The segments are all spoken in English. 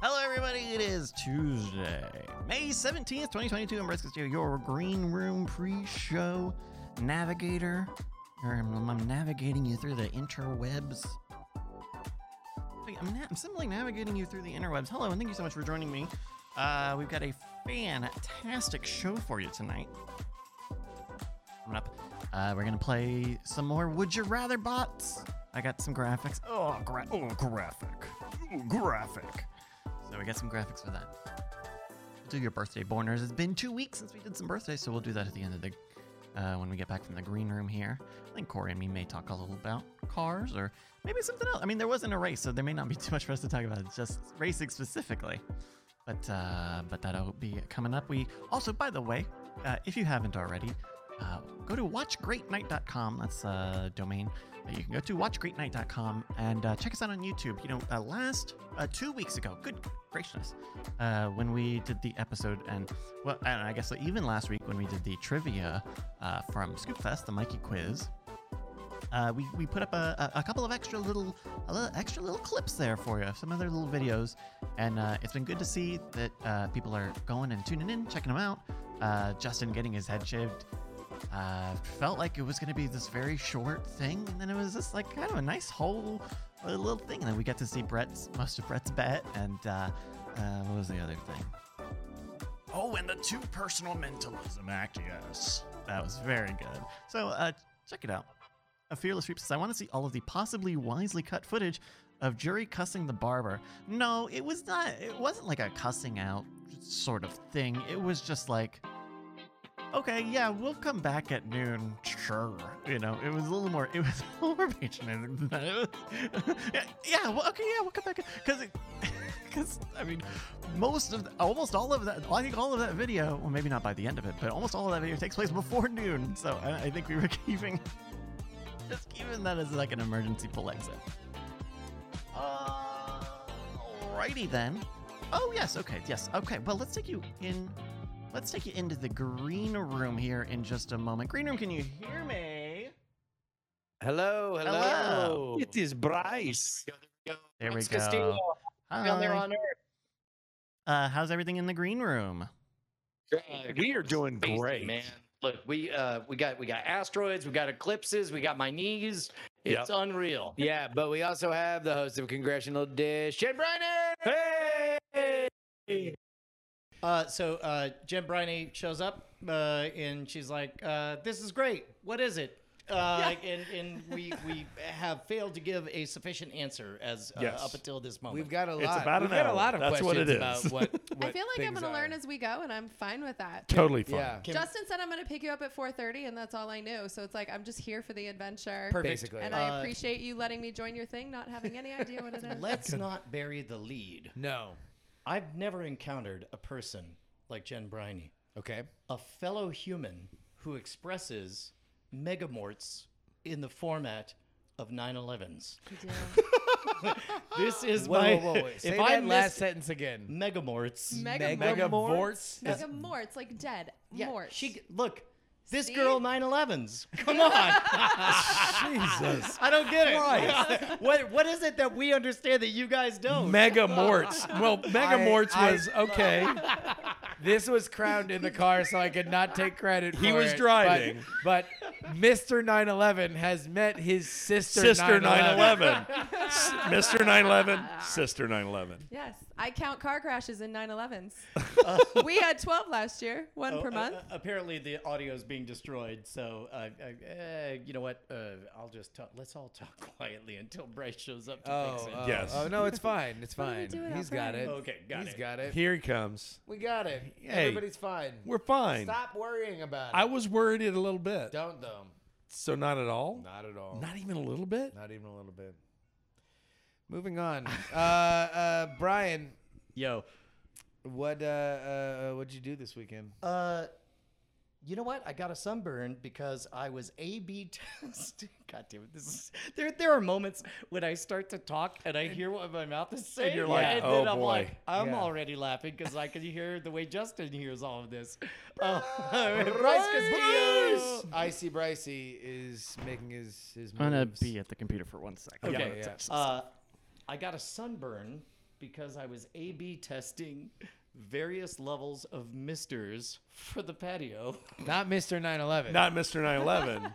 Hello, everybody. It is Tuesday, May 17th, 2022. I'm Briscoe Steele, your green room pre show navigator. Or I'm, I'm navigating you through the interwebs. Wait, I'm, na- I'm simply navigating you through the interwebs. Hello, and thank you so much for joining me. Uh, we've got a fantastic show for you tonight. Coming up, uh, we're gonna play some more Would You Rather bots. I got some graphics. Oh, gra- oh graphic, Ooh, graphic. So we got some graphics for that. We'll do your birthday borners. It's been two weeks since we did some birthdays, so we'll do that at the end of the uh, when we get back from the green room here. I think Corey and me may talk a little about cars or maybe something else. I mean, there wasn't a race, so there may not be too much for us to talk about. It's just racing specifically. But uh, but that'll be coming up. We also, by the way, uh, if you haven't already, uh, go to watchgreatnight.com. That's a domain that you can go to watchgreatnight.com and uh, check us out on YouTube. You know, uh, last uh, two weeks ago, good graciousness, uh, when we did the episode, and well, and I guess even last week when we did the trivia uh, from Scoopfest, the Mikey quiz, uh, we, we put up a, a, a couple of extra little, a little extra little clips there for you, some other little videos, and uh, it's been good to see that uh, people are going and tuning in, checking them out. Uh, Justin getting his head shaved. Uh, felt like it was going to be this very short thing, and then it was just like kind of a nice whole uh, little thing. And then we got to see Brett's most of Brett's bet, and uh, uh, what was the other thing? Oh, and the two personal mentalism act, yes. That was very good. So uh, check it out. A Fearless Reap says, I want to see all of the possibly wisely cut footage of Jury cussing the barber. No, it was not, it wasn't like a cussing out sort of thing. It was just like, okay, yeah, we'll come back at noon. Sure. You know, it was a little more, it was a little more patronizing than that. It was- yeah, yeah, well, okay, yeah, we'll come back. Because, because, I mean, most of, the, almost all of that, I think all of that video, well, maybe not by the end of it, but almost all of that video takes place before noon. So I, I think we were keeping just keeping that as like an emergency pull exit. Uh, alrighty then. Oh yes, okay, yes, okay. Well, let's take you in. Let's take you into the green room here in just a moment. Green room, can you hear me? Hello, hello. Hello. It is Bryce. There we It's go. Castillo down there Hi. on Earth. Uh, how's everything in the green room? Uh, We are doing basically, great. man. Look, we uh, we got we got asteroids, we got eclipses, we got my knees. It's unreal. yeah, but we also have the host of Congressional Dish, Shane Brennan. Hey! Uh, so uh, Jen Briney shows up uh, and she's like, uh, "This is great. What is it?" Uh, And and we we have failed to give a sufficient answer as uh, Yes. up until this moment. We've got a lot. It's about We've an got a hour. lot of That's what questions it is. about what. I what feel like I'm things going to are. learn as we go, and I'm fine with that. Totally fine. Yeah, Can- Justin said I'm going to pick you up at 4:30, and that's all I knew. So it's like I'm just here for the adventure. perfect. basically. And Uh, I appreciate you letting me join your thing, not having any idea what it is. Let's not bury the lead. no. I've never encountered a person like Jen Briney, Okay. a fellow human who expresses megamorts in the format of 9/11s. You do. This is Whoa, my. whoa, whoa, whoa. Say if that I last missed sentence again. megamorts. Mega Megavorts. Mega more. It's like dead. Yeah, more. She g- look. This See? girl 911s. Come on. Jesus. I don't get it. what what is it that we understand that you guys don't? Mega Morts. Well, Mega I- Morts I- was okay. This was crowned in the car, so I could not take credit. He for was it, driving. but, but Mr. 911 has met his sister. Sister 9/11. 911. S- Mr. 911, Sister 911. Yes, I count car crashes in 9/11s. we had 12 last year, one Oh, per uh, month. uh, apparently the audio is being destroyed, so uh, I, uh, you know what? Uh, I'll just talk. Let's all talk quietly until Bryce shows up to Oh, fix it. oh, Yes. Oh no, it's fine. It's What are we fine. doing He's out got front? it. Okay, got He's it. got it. Here he comes. We got it. Hey, Everybody's fine. We're fine. Stop worrying about it. I was worried it a little bit. Don't though. So not at all? Not at all. Not even a little bit? Not even a little bit. Moving on. uh, uh, Brian, Yo, what uh, uh, what'd you do this weekend? uh, you know what? I got a sunburn because I was A/B testing. God damn it! This is there. There are moments when I start to talk and I hear what my mouth is saying. you're like, and "Oh, then I'm boy." like, I'm Yeah. already laughing because I can hear the way Justin hears all of this. Uh, Bryce Castillo. Icy Bricey is making his his moves. uh, I'm gonna be at the computer for one second. Okay. yeah. Uh, I got a sunburn because I was A B testing various levels of misters for the patio. Not Mr. 911. Not Mr. 911.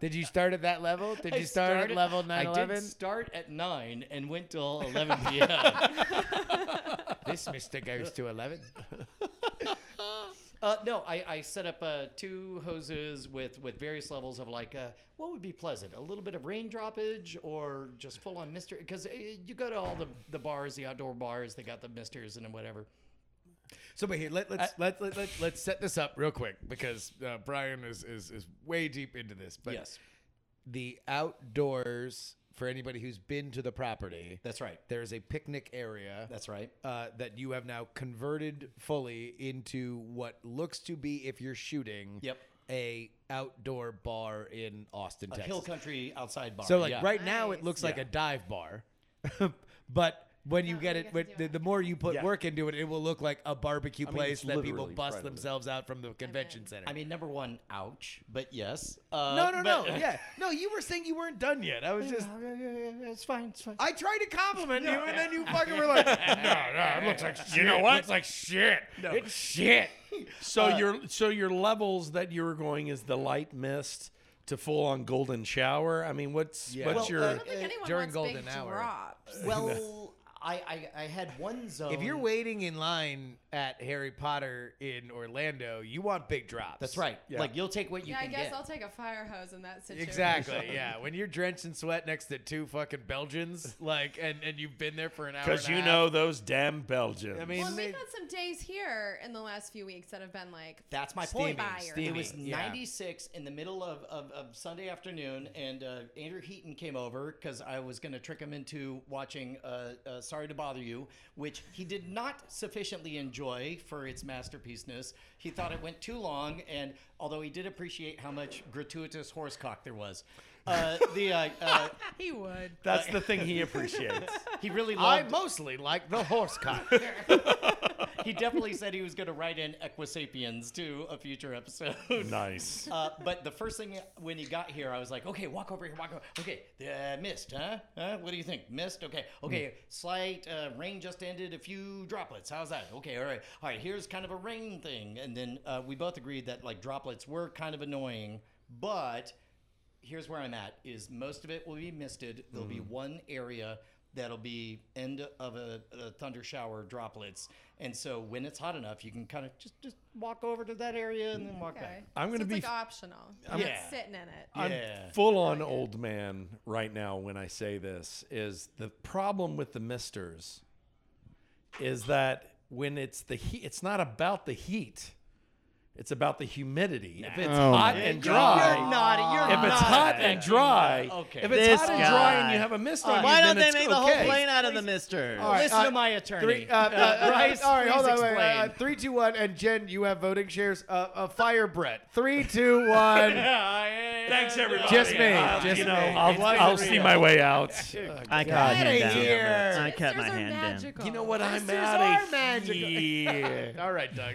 Did you start at that level? Did I you start started- at level I did 911? start at 9 and went till 11 p.m. This Mr. goes to 11. uh, no, I, I set up uh, two hoses with, with various levels of like, uh, what would be pleasant? A little bit of rain droppage or just full on mister? Because uh, you go to all the, the bars, the outdoor bars, they got the misters and whatever. So, but here, let, let's, let, let, let, let's set this up real quick because uh, Brian is, is, is way deep into this. But yes, the outdoors, for anybody who's been to the property, that's right. there is a picnic area. That's right. uh, that you have now converted fully into what looks to be, if you're shooting, Yep. a outdoor bar in Austin, A Texas. hill country outside bar. so like yeah. right now, it Nice. looks like Yeah. a dive bar, but when you No, get you it, have to when, do the, it. the more you put Yeah. work into it, it will look like a barbecue mean, place it's that people literally bust right over there. themselves out from the convention center. I mean, number one, ouch, but yes. Uh, no, no, no. but- yeah, no. You were saying you weren't done yet. I was just. it's fine. It's fine. I tried to compliment you, and then you fucking were like, "No, no, it looks like you know what? It's like shit. It's shit." Uh, So your so your levels that you were going is the light mist to full on golden shower. I mean, what's Yeah. what's Well, uh, your I don't think anyone during wants big golden hour. drops. Well, I, I I had one zone. If you're waiting in line at Harry Potter in Orlando, you want big drops. that's right. Yeah. Like you'll take what you yeah, I can guess get. I'll take a fire hose in that situation. Exactly. Yeah. When you're drenched in sweat next to two fucking Belgians, like, and, and you've been there for an hour. because Because you know those damn Belgians. I mean, Well, and they- we've had some days here in the last few weeks that have been like, That's my Steamy, point. steamy, It was yeah. 96 in the middle of, of, of Sunday afternoon, and uh, Andrew Heaton came over because I was going to trick him into watching uh, uh, Sorry to Bother You, which he did not sufficiently enjoy for its masterpieceness. He thought it went too long, and although he did appreciate how much gratuitous horse cock there was, uh, the uh, uh, he would. that's the thing he appreciates. he really I loved. mostly like the horse cock. he definitely said he was going to write in Equisapiens to a future episode. nice. Uh, but the first thing when he got here, I was like, okay, walk over here, walk over. Okay, uh, mist, huh? huh? What do you think? Mist? Okay, okay. Slight uh, rain just ended, a few droplets. How's that? Okay, all right, all right. Here's kind of a rain thing, and then uh, we both agreed that like droplets were kind of annoying, but here's where I'm at: is most of it will be misted. There'll be one area. That'll be end of a, a thunder shower droplets, and so when it's hot enough, you can kind of just just walk over to that area and then walk Okay. back. I'm gonna so be it's f- like optional. I'm Yeah. not sitting in it. Yeah. I'm full on old man right now when I say this is the problem with the misters is that when it's the heat it's not about the heat. It's about the humidity. If it's Oh hot my and You're dry, not- you're if it's not hot a and bad dry, human. Okay. if it's This hot and dry Oh, and guy. you have a mist on you, Why don't then they it's make the whole okay. plane out of the mister? All right, Listen uh, to my attorney. Three, uh, uh, Uh, Bryce, all right, hold please on. Wait, explain. uh, three, two, one, and Jen, you have voting shares. Uh, uh, fire Brett. Three, two, one. Thanks everybody. Just me, I'll- just Um, you know, me. I'll, Bloody I'll see real. my way out. I cut my hand outta down. here. I cut my Sisters are hand down. magical. You know what? I'm Sisters out are of magical. here. All right, Doug.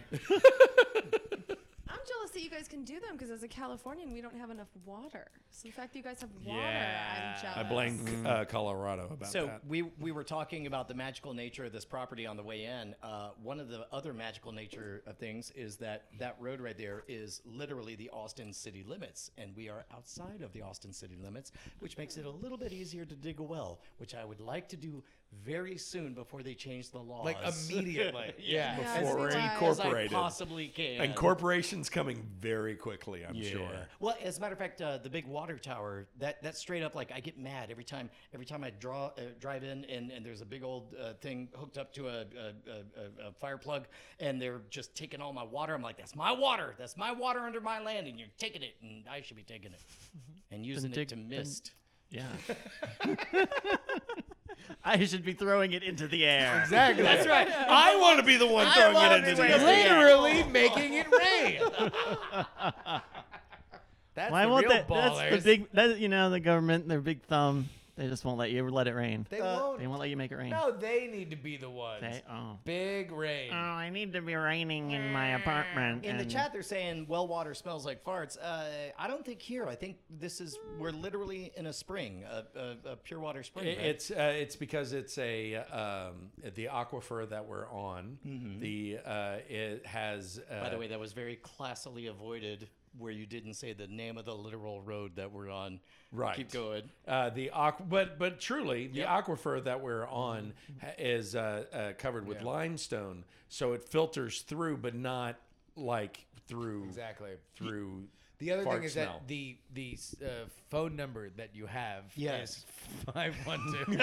I'm jealous that you guys can do them because as a Californian, we don't have enough water. So the fact that you guys have water, Yeah. I'm jealous. I blame uh, Colorado about So that. we we were talking about the magical nature of this property on the way in. Uh, one of the other magical nature of things is that that road right there is literally the Austin city limits, and we are outside of the Austin city limits, which makes it a little bit easier to dig a well, which I would like to do very soon before they change the laws. Like immediately. Yeah. Yeah, before it's we're wise. as I Incorporated. possibly can. And corporations coming very quickly, I'm sure. Well, as a matter of fact, uh, the big water tower that that's straight up like I get mad every time every time I draw uh, drive in and, and there's a big old uh, thing hooked up to a, a, a, a, a fire plug and they're just taking all my water. I'm like, that's my water, that's my water under my land, and you're taking it, and I should be taking it and using it dig- to been- mist. Yeah. I should be throwing it into the air. Exactly. That's right. I want to be the one throwing it into the air. literally making it rain. That's Why the won't real that? ballers. That's the big. That, you know, the government, their big thumb. They just won't let you let it rain. Uh, They won't. They won't let you make it rain. No, they need to be the ones. They, oh. Big rain. oh, I need to be raining in my apartment. In the and- chat, they're saying well water smells like farts. Uh, I don't think here. I think this is we're literally in a spring, a, a, a pure water I- spring. right? It's uh, it's because it's a um, the aquifer that we're on. The uh, it has. Uh, By the way, that was very classily avoided, where you didn't say the name of the literal road that we're on. Right. Keep going. Uh, the aqu- but but truly, the aquifer that we're on ha- is uh, uh, covered with limestone, so it filters through, but not like through Exactly. through. The other fart thing is smell. that the the uh, phone number that you have Yes. is five one two.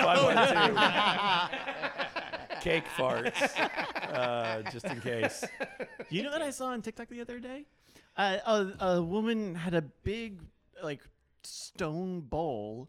cake farts, uh, just in case. You know what I saw on TikTok the other day? Uh, a, a woman had a big, like, stone bowl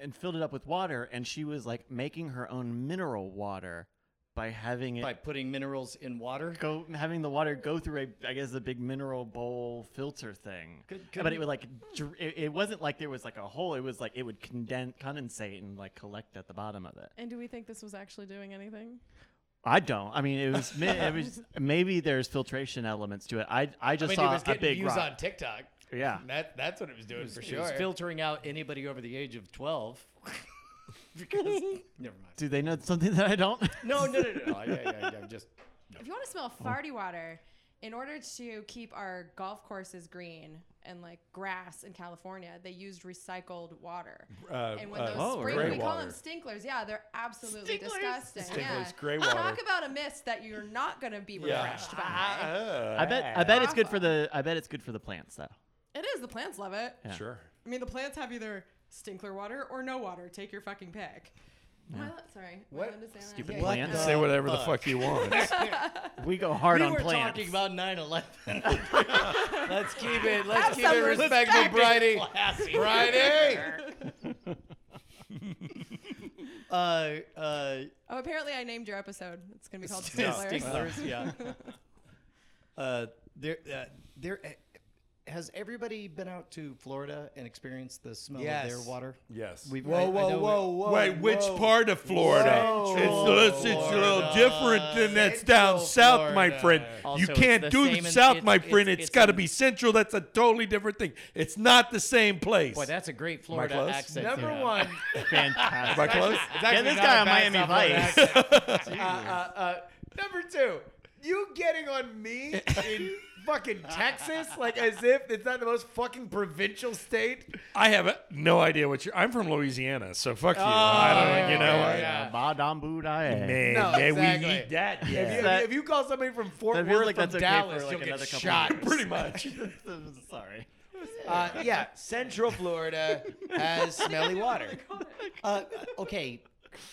and filled it up with water, and she was, like, making her own mineral water by having it By putting minerals in water. go, having the water go through a, I guess, the big mineral bowl filter thing. Could- could but we- it would, like, dr- it, it wasn't like there was, like, a hole. It was, like, it would condense, condensate and, like, collect at the bottom of it. And do we think this was actually doing anything? I don't. I mean, it was, mi- it was maybe there's filtration elements to it. I, I I just mean, saw it was a getting big views rock. on TikTok. Yeah. That that's what it was doing for It sure. was filtering out anybody over the age of twelve. because never mind. Do they know something that I don't? No, no, no, no. no. I, I, I, I'm just If you want to smell farty water, in order to keep our golf courses green and like grass in California, they used recycled water. Uh, and when uh, those oh, spring, gray we call water. them stinklers. Yeah, they're absolutely disgusting. yeah. Stinklers, gray water. Talk about a mist that you're not going to be refreshed by. I bet. I bet it's good for the. I bet it's good for the plants, though. It is. The plants love it. Yeah. Sure. I mean, the plants have either stinkler water or no water. Take your fucking pick. Am I la- sorry. What? Stupid Yeah. What plants. Say whatever the fuck you want. We go hard we on were plants. talking about 9-11. Let's keep it. Let's keep it some respectful, Bridie. Bridie. uh, uh, Oh, apparently I named your episode. It's going to be called Stinklers. Stinklers, yeah. Uh, there, uh, there. Uh, has everybody been out to Florida and experienced the smell of their Yes. water? Yes. We've, Whoa, whoa, whoa, whoa. Wait, which whoa. part of Florida? Central it's, it's, it's a little Florida. different than that's down Central south, my Florida. friend. you Also, it's can't the do same in- south, my it's- friend. it's- it's it's got to in- be central. That's a totally different thing. It's not the same place. Boy, that's a great Florida close? accent. Number you know. one. Fantastic. Am I close? Get this guy on Miami Vice. Uh, uh, uh, number two, you getting on me in fucking Texas, like as if it's not the most fucking provincial state. I have no idea what you're. I'm from Louisiana, so fuck you. I don't. You know. I- Oh, Yeah. Badam budai. Man, No, man, exactly. we eat that. Yeah. If, you, if That- you- if you call somebody from Fort that feels Worth like from that's okay for, Dallas, like, you'll get another couple shot. years. Pretty much. Sorry. Uh, yeah, Central Florida has smelly water. Uh, okay,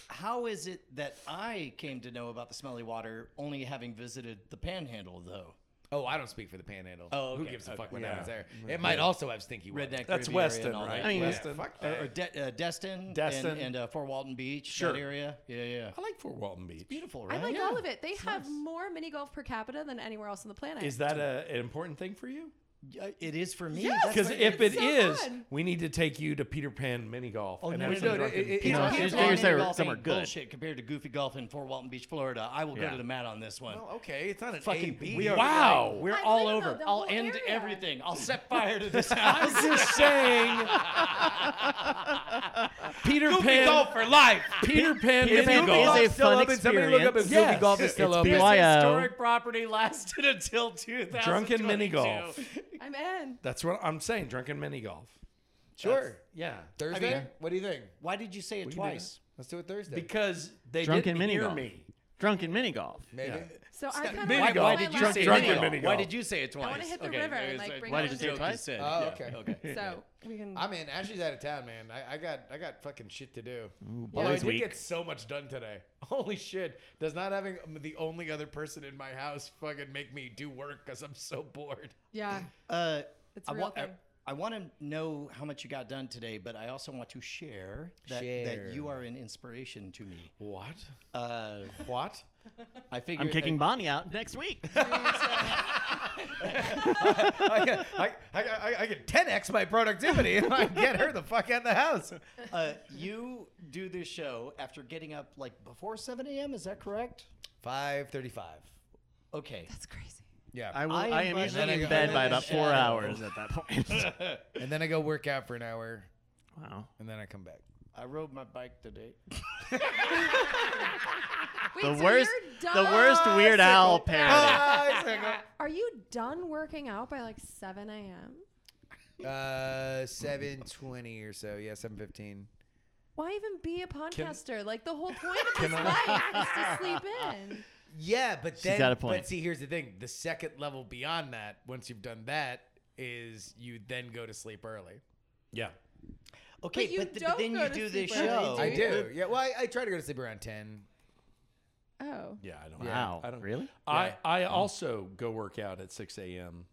how is it that I came to know about the smelly water only having visited the Panhandle, though? Oh, I don't speak for the Panhandle. Oh, who okay, gives a okay. fuck what Yeah. happens there? It might also have stinky water. Redneck. That's Caribbean area Weston, and all right? that. I mean, Yeah. Weston. Fuck Uh, that. or De- uh, Destin, Destin. and, and uh, Fort Walton Beach, Sure. that area. Yeah, yeah. I like Fort Walton Beach. Beautiful, Oh, I right? like all of it. They have more mini golf per capita than anywhere else on the planet. Is that a, an important thing for you? Yeah, It is for me. Yes! That's Because what- if it is, so fun. we need to take you to Peter Pan mini golf. Oh, and no, have no, some no, drunken it- it- people. Pinot it's- Pinot it's- Pinot there's- golf some are ain't good. Bullshit compared to Goofy Golf in Fort Walton Beach, Florida. I will go Yeah. to the mat on this Oh, one. Well, okay, it's not an Fucking, AB. we are, Wow. we're I all know, over. the I'll whole end area. everything. I'll set fire to this house. I'm just saying. Peter Pan. golf for life. Peter Pan Peter mini Pan golf. is a still fun open. Somebody look up if experience. Goofy Golf is still It's open. BYO. historic property lasted until 2000. Drunken mini golf. I'm in. That's what I'm saying. Drunken mini golf. Sure. Yeah. Thursday. what do you think? Why did you say it We can do twice? Let's do it Thursday. Because they Drunken didn't mini hear golf. me. Drunken mini golf. Maybe. So I kind of mini like golf. Why Why all my did you last say Drunken mini name. mini golf? Why golf. did you say it twice? wanna hit the Okay, river it and, was like, bring that out was the a joke twice. you said. Oh, Yeah, okay. So we can. I'm in. Ashley's out of town, man. I, I got I got fucking shit to do. boys I did week. get so much done today. Holy shit! Does not having um, the only other person in my house fucking make me do work because I'm so bored. yeah, Uh, it's I a real want, e- thing. I want to know how much you got done today, but I also want to share that, that you are an inspiration to me. What? Uh, What? I figured I'm kicking I, Bonnie out next week. I, I, I, I, I can 10x my productivity if I get her the fuck out of the house. uh, you do this show after getting up like before 7 a.m. Is that correct? 5:35. Okay. That's crazy. Yeah, I, will, I am I am like- usually in I'm bed in by the about four shadow. hours at that point. and then I go work out for an hour, wow. and then I come back. I rode my bike today. Wait, The so worst, you're the done- worst Weird Al parody. Are you done working out by like 7 a.m.? Uh, seven twenty or so. Yeah, seven fifteen. Why even be a podcaster? like the whole point of this life is to sleep in. Yeah, but then got a point. but see, here's the thing: the second level beyond that, once you've done that, is you then go to sleep early. Yeah. Okay, you but, th- don't but then go you to do this sleep early, show. do I you? do. Yeah. Well, I, I try to go to sleep around ten. Oh. Yeah. I don't. Wow. I don't. Really? I I also go work out at 6 a.m.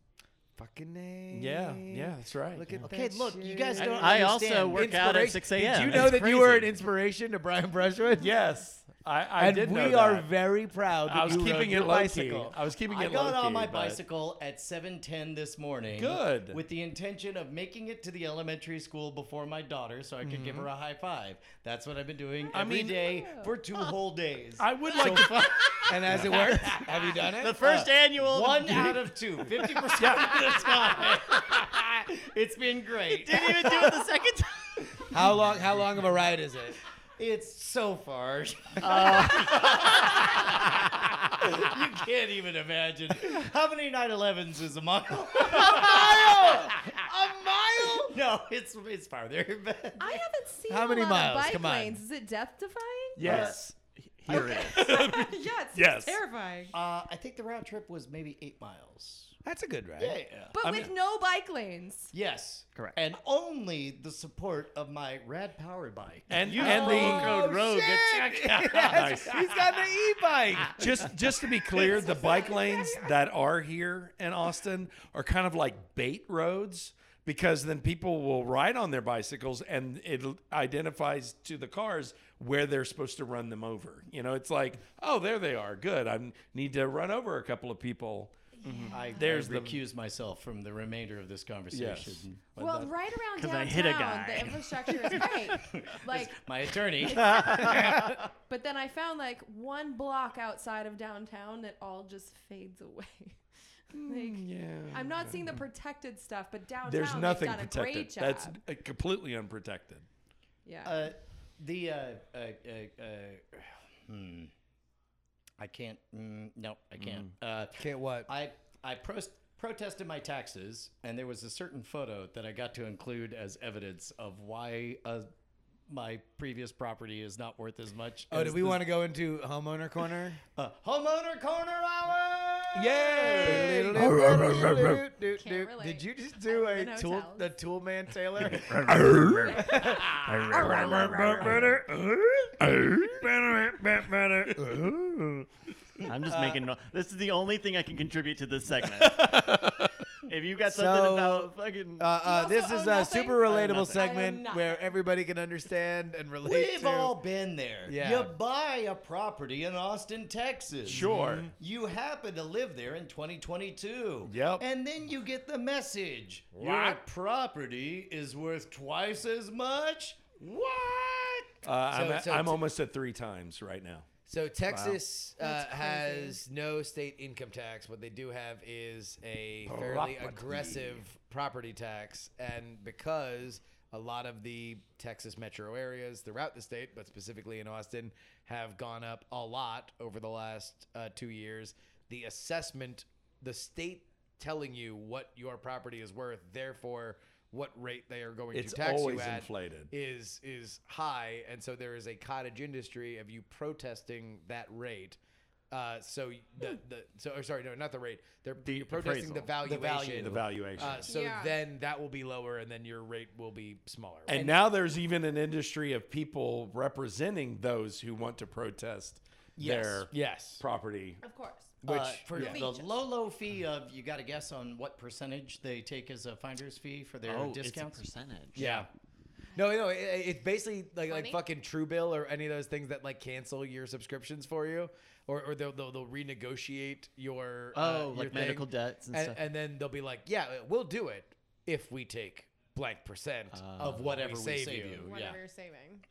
Fucking name. Yeah. Yeah. That's right. Look yeah. at Okay, that. look, shit. you guys I- don't I also understand. work- out at Inspira- 6 a.m. Did you It's know that you were an crazy. inspiration to Brian Brushwood? Yes. I I and did we know are that. very proud. That I was you rode keeping your it low key. bicycle. I was keeping it I low got on my but- bicycle at 7:10 this morning. Good. With the intention of making it to the elementary school before my daughter so I could give her a high five. That's what I've been doing Mm-hmm. I every mean- uh, day for two whole days. I would like to And as it worked, have you done it? The uh, first annual. One out of two, 50% of the time. it's been great. Didn't even do it the second time. How long? How long of a ride is it? Uh. It's so far. you can't even imagine. How many 911s is a mile? a mile? A mile? No, it's it's farther. But I haven't seen How a many lot miles? of bike Come on. lanes. Is it death defying? Yes. Here it is. yeah, it's Yes. terrifying. uh, I think the round trip was maybe eight miles. That's a good ride. Yeah. But I with mean- no bike lanes. Yes. Correct. And only the support of my rad power bike. And and the rogue. nice. Oh, He's got the e-bike. just just to be clear, the bike lanes that are here in Austin are kind of like bait roads because then people will ride on their bicycles and it identifies to the cars where they're supposed to run them over. You know, it's like, oh, there they are. Good. I need to run over a couple of people. Mm-hmm. I, There's I the- recuse myself from the remainder of this conversation. But Well, that- right around 'Cause downtown, I hit a guy. the infrastructure is great. like, my attorney. but then I found like one block outside of downtown that all just fades away. like, Yeah. I'm not seeing the protected stuff, but downtown There's they've nothing done a protected. great job. That's uh, completely unprotected. yeah. Uh, the uh, uh, uh, uh, hmm. I can't. Mm, no, I can't. Uh, Can't what? I I pros- protested my taxes, and there was a certain photo that I got to include as evidence of why uh, my previous property is not worth as much. Oh, as do we this- want to go into homeowner corner? uh, homeowner corner hour? Yay! relate. Did you just do I a live in tool hotels. the tool man Taylor? I'm just making. No- this is the only thing I can contribute to this segment. if you got something So, about fucking, uh, uh, You this also is own a nothing? super relatable nothing. I own segment nothing. where everybody can understand and relate We've to. all been there. Yeah. You buy a property in Austin, Texas. Mm-hmm. Sure. You happen to live there in 2022. Yep. And then you get the message your What? property is worth twice as much. What? Uh, I'm, So- at- so I'm t- almost at three times right now. So Texas uh, That's crazy. has no state income tax. What they do have is a fairly Property. aggressive property tax, and because a lot of the Texas metro areas throughout the state, but specifically in Austin, have gone up a lot over the last uh, two years, the assessment, the state telling you what your property is worth, therefore what rate they are going It's to tax always you at inflated. is is high, and so there is a cottage industry of you protesting that rate. Uh, so the the so or sorry no not the rate they're you're protesting the appraisal. valuation The valuation. Uh, so Yeah. then that will be lower, and then your rate will be smaller. And now there's even an industry of people representing those who want to protest Yes. their yes, property. of course. Which Uh, for yeah. the low low fee of you got to guess on what percentage they take as a finder's fee for their Oh, discounts. it's a percentage. Yeah. No, no, it, it- it's basically like like Twenty? fucking Truebill or any of those things that like cancel your subscriptions for you, or or they'll they'll, they'll renegotiate your uh, Oh, like your thing. medical debts and stuff. and then they'll be like, yeah, we'll do it if we take blank percent of Uh, whatever we save, you. Whatever you're saving.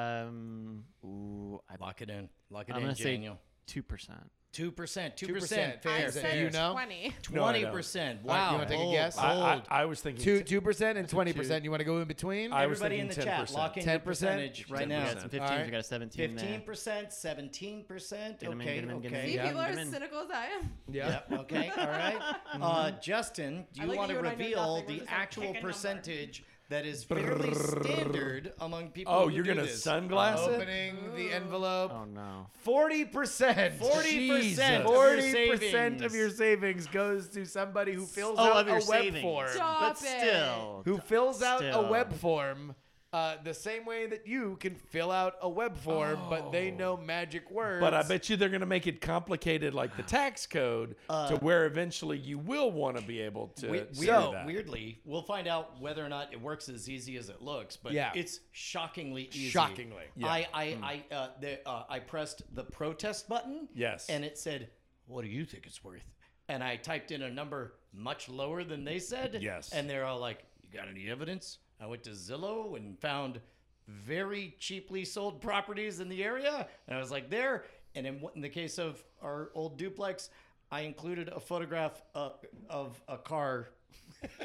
Um. Ooh, I, Lock it in. Lock it I'm in, gonna say Daniel. two percent. Two percent. Two 2%, percent. fair, I Fair. fair. said You Fair. know? 20. No, I Twenty don't. percent. right, Wow. Oh, you wanna take a bold, guess? Bold. I, I, I was thinking Two t- two percent and Two. twenty percent. Uh, You want to go in between? I was Everybody in the thinking chat, 10%. lock in your 10%? percentage right We now. got some 15s. All right. We got a 17 Fifteen percent, seventeen percent. Get 'em in, Okay, get 'em in, get 'em in. okay. See, Yeah. people are Come as in. cynical as I am. yeah. Yep, Okay. All right. Uh, Justin, do I you like want that to you and I know reveal nothing. We're the just, like, actual picking a number. percentage that is fairly standard among people? Oh, who you're do gonna this? sunglass it? Opening the envelope. Oh no. Forty percent. 40% of your Forty percent of savings. your savings goes to somebody who fills Oh, out of your a web savings. form. Stop But it. still, Who fills out a Still. web form uh, the same way that you can fill out a web form, but they know magic words. But I bet you they're going to make it complicated, like the tax code, to where eventually you will want to be able to. We, do we, that. weirdly, we'll find out whether or not it works as easy as it looks, but Yeah. it's shockingly easy. Shockingly. I I I uh, the, uh, I pressed the protest button. Yes. And it said, "What do you think it's worth?" And I typed in a number much lower than they said. Yes. And they're all like, "You got any evidence?" I went to Zillow and found very cheaply sold properties in the area, and I was like, "There." And in, what- in the case of our old duplex, I included a photograph uh, of a car.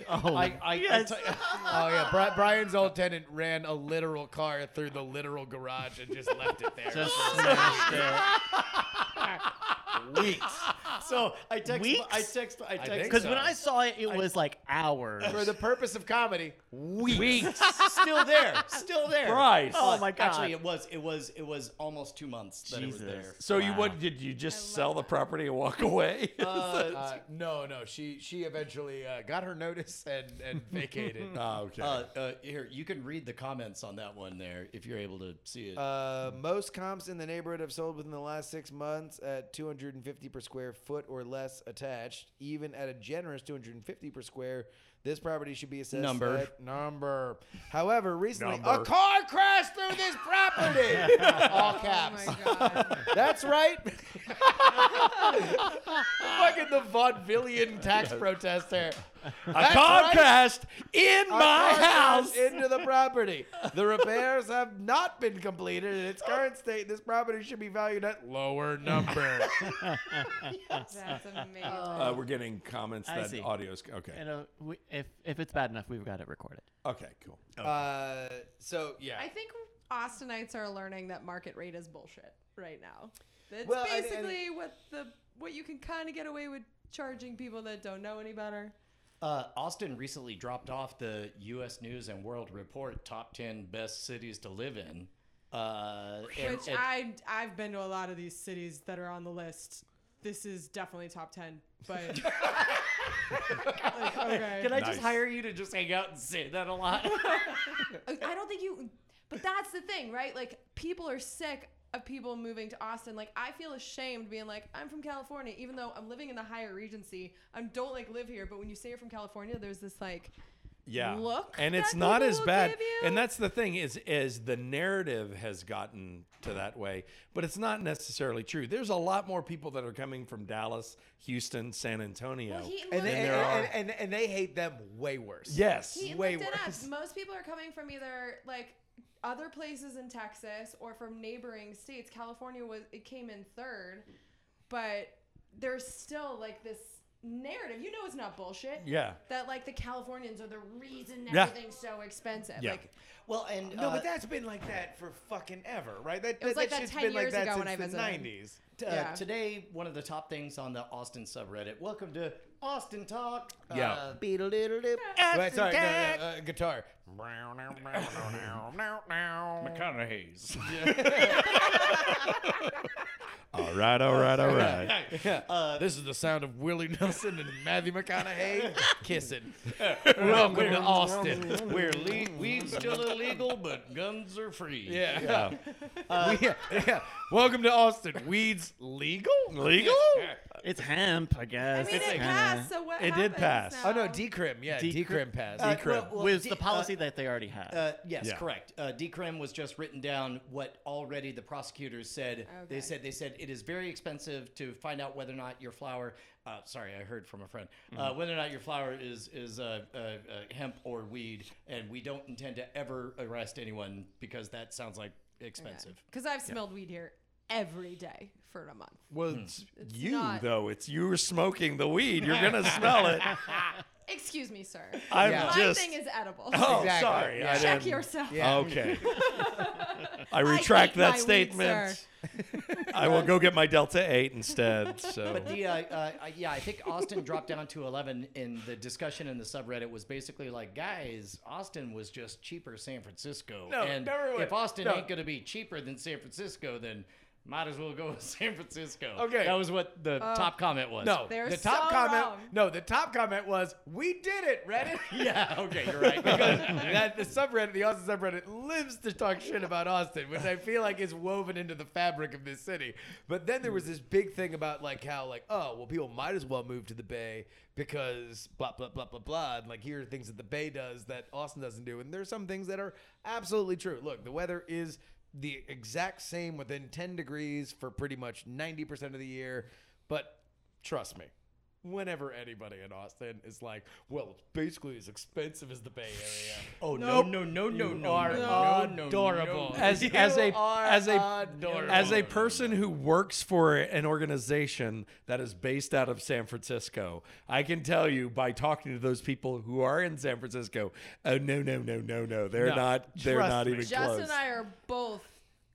Oh, I, I, yes. Oh yeah, Bri- Brian's old tenant ran a literal car through the literal garage and just left it there. so I text, Weeks? I text, I text. uh, think Because so. when I saw it, it was like hours. For the purpose of comedy, Weeks. still there, still there. Christ. Oh my God. Actually, it was, it was, it was almost two months that it was there. Jesus. So you what did you just sell the property and walk away? uh, no, no, she she eventually uh, got her notice and and vacated. Ah, okay. Uh, uh, here, you can read the comments on that one there if you're able to see it. Uh, most comps in the neighborhood have sold within the last six months at 250 per square foot or less attached. Even at a generous 250 per square, this property should be assessed Number. at number. However, recently Number. a car crashed through this property. All caps. Oh my god. That's right. Fucking the vaudevillian tax protester. a right. podcast in A my car crashed house. into the property. The repairs have not been completed in its current state. This property should be valued at lower number. That's amazing. Uh, we're getting comments I that see. audio's okay. And uh, we, if if it's bad enough, we've got it recorded. Okay, cool. Uh, so yeah, I think Austinites are learning that market rate is bullshit right now. That's Well, and- and- basically what the what you can kind of get away with charging people that don't know any better. Uh, Austin recently dropped off the U.S. News and World Report top 10 best cities to live in. Uh, and- Which and- I I've been to a lot of these cities that are on the list. This is definitely top ten, but like, okay. can I Nice. just hire you to just hang out and say that a lot? Uh, I I don't think you. But that's the thing, right? Like people are sick of people moving to Austin. Like I feel ashamed being like I'm from California, even though I'm living in the higher Regency. I don't like live here. But when you say you're from California, there's this like yeah look and it's that not people as will bad give you. and that's the thing is is the narrative has gotten to that way but it's not necessarily true there's a lot more people that are coming from dallas houston san antonio Well, he looked and it they, and, there up. are- and, and, and they hate them way worse. yes He way looked worse. it up. Most people are coming from either like other places in Texas or from neighboring states. California was it came in third, but there's still like this narrative. You know, it's not bullshit. yeah That like the Californians are the reason Yeah. everything's so expensive. Yeah. Like well, and No, uh, but that's been like that for fucking ever, right? That, was like that shit's 10 been like years that ago since when I the visited. 90s. Uh, Yeah. Today, one of the top things on the Austin subreddit. Welcome to Austin Talk. Yeah. Uh, Wait, sorry, no, no, uh, guitar. mcconaughey's all right all right all right Uh, this is the sound of Willie Nelson and Matthew McConaughey kissing. Welcome to Austin. where le- weed's still illegal, but guns are free. Yeah. yeah. yeah, yeah. Welcome to Austin. Weeds legal? legal It's hemp, I I guess. mean, it Kinda- passed. So what? It did happens pass. Now? Oh no, decrim. Yeah, Decrim- decrim pass. Uh, Decrim. well- well, with D- the policy that they already had. Uh, uh, yes, Yeah. correct. Uh, decrim was just written down what already the prosecutors said. They Okay. said they said it is very expensive to find out whether or not your flower. Uh, sorry, I heard from a friend uh, whether or not your flower is is uh, uh, uh, hemp or weed, and we don't intend to ever arrest anyone because that sounds like expensive. Because I've smelled weed here every day for a month. Well, it's It's you not- though. It's you were smoking the weed. You're gonna smell it. Excuse me, sir. I'm My just. thing is edible. oh, Exactly. sorry. I Check didn't- yourself. Okay. I retract hate that my weed, statement. I will go get my Delta Eight instead. So But the uh, uh, uh, yeah, I think Austin dropped down to eleven, and the discussion in the subreddit was basically like, guys, Austin was just cheaper San Francisco, No, and no, wait, wait, if Austin no. ain't gonna be cheaper than San Francisco, then might as well go with San Francisco. Okay. that was what the top comment was. No, Oh, They're the so top comment. wrong. No, the top comment was, "We did it, Reddit." yeah, okay, you're right. because that the subreddit, the Austin subreddit, lives to talk shit about Austin, which I feel like is woven into the fabric of this city. But then there was this big thing about like how like oh well people might as well move to the Bay because blah blah blah blah blah. And like here are things that the Bay does that Austin doesn't do, and there's some things that are absolutely true. Look, the weather is the exact same within 10 degrees for pretty much 90% of the year, but trust me whenever anybody in Austin is like, well, it's basically as expensive as the Bay Area. oh no, no, no, no, no, are no, no, adorable. no. as as a as a adorable. as a person who works for an organization that is based out of San Francisco, I can tell you by talking to those people who are in San Francisco. Oh no no no no no! They're No, not. They're trust not me. even Justin close. and I are both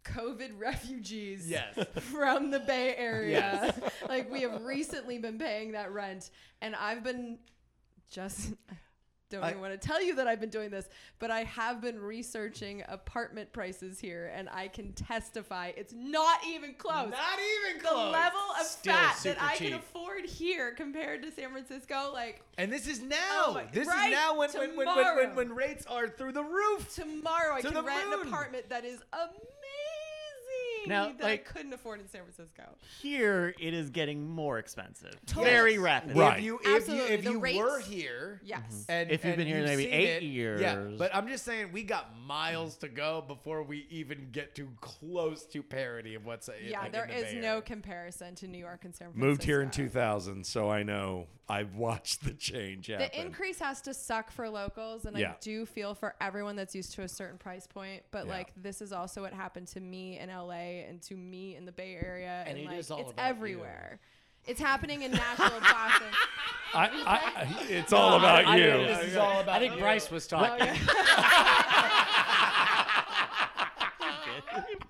COVID refugees. Yes. From the Bay Area. like we have recently been paying that rent and I've been just I don't even want to tell you that I've been doing this, but I have been researching apartment prices here and I can testify it's not even close. Not even the close. level of Still fat that super I cheap. can afford here compared to San Francisco, like and this is now. Oh my- this right, is now when when, when, when, when tomorrow. when rates are through the roof. tomorrow I To can the rent moon. an apartment that is amazing Now, that like- Mm-hmm. I couldn't afford in San Francisco. Here, it is getting more expensive. Totally. Very rapidly. Right. If you if you, Absolutely, if the you rates- were here, Yes. And, If you've and been here you've maybe seen eight it, yeah. years. But I'm just saying, we got miles to go before we even get to close to parity of what's Yeah, like there in the is Bay no Area. comparison to New York and San Francisco. Moved here in 2000, so I know I've watched the change happen. The increase has to suck for locals, and Yeah. I do feel for everyone that's used to a certain price point. But Yeah. like, this is also what happened to me in LA and to me in the Bay Area, And and, it like, is all it's about you. everywhere. It's happening in Nashville, and Boston. I, I, I- it's all about I, Uh, you. I, this is all about I think Bryce was talking.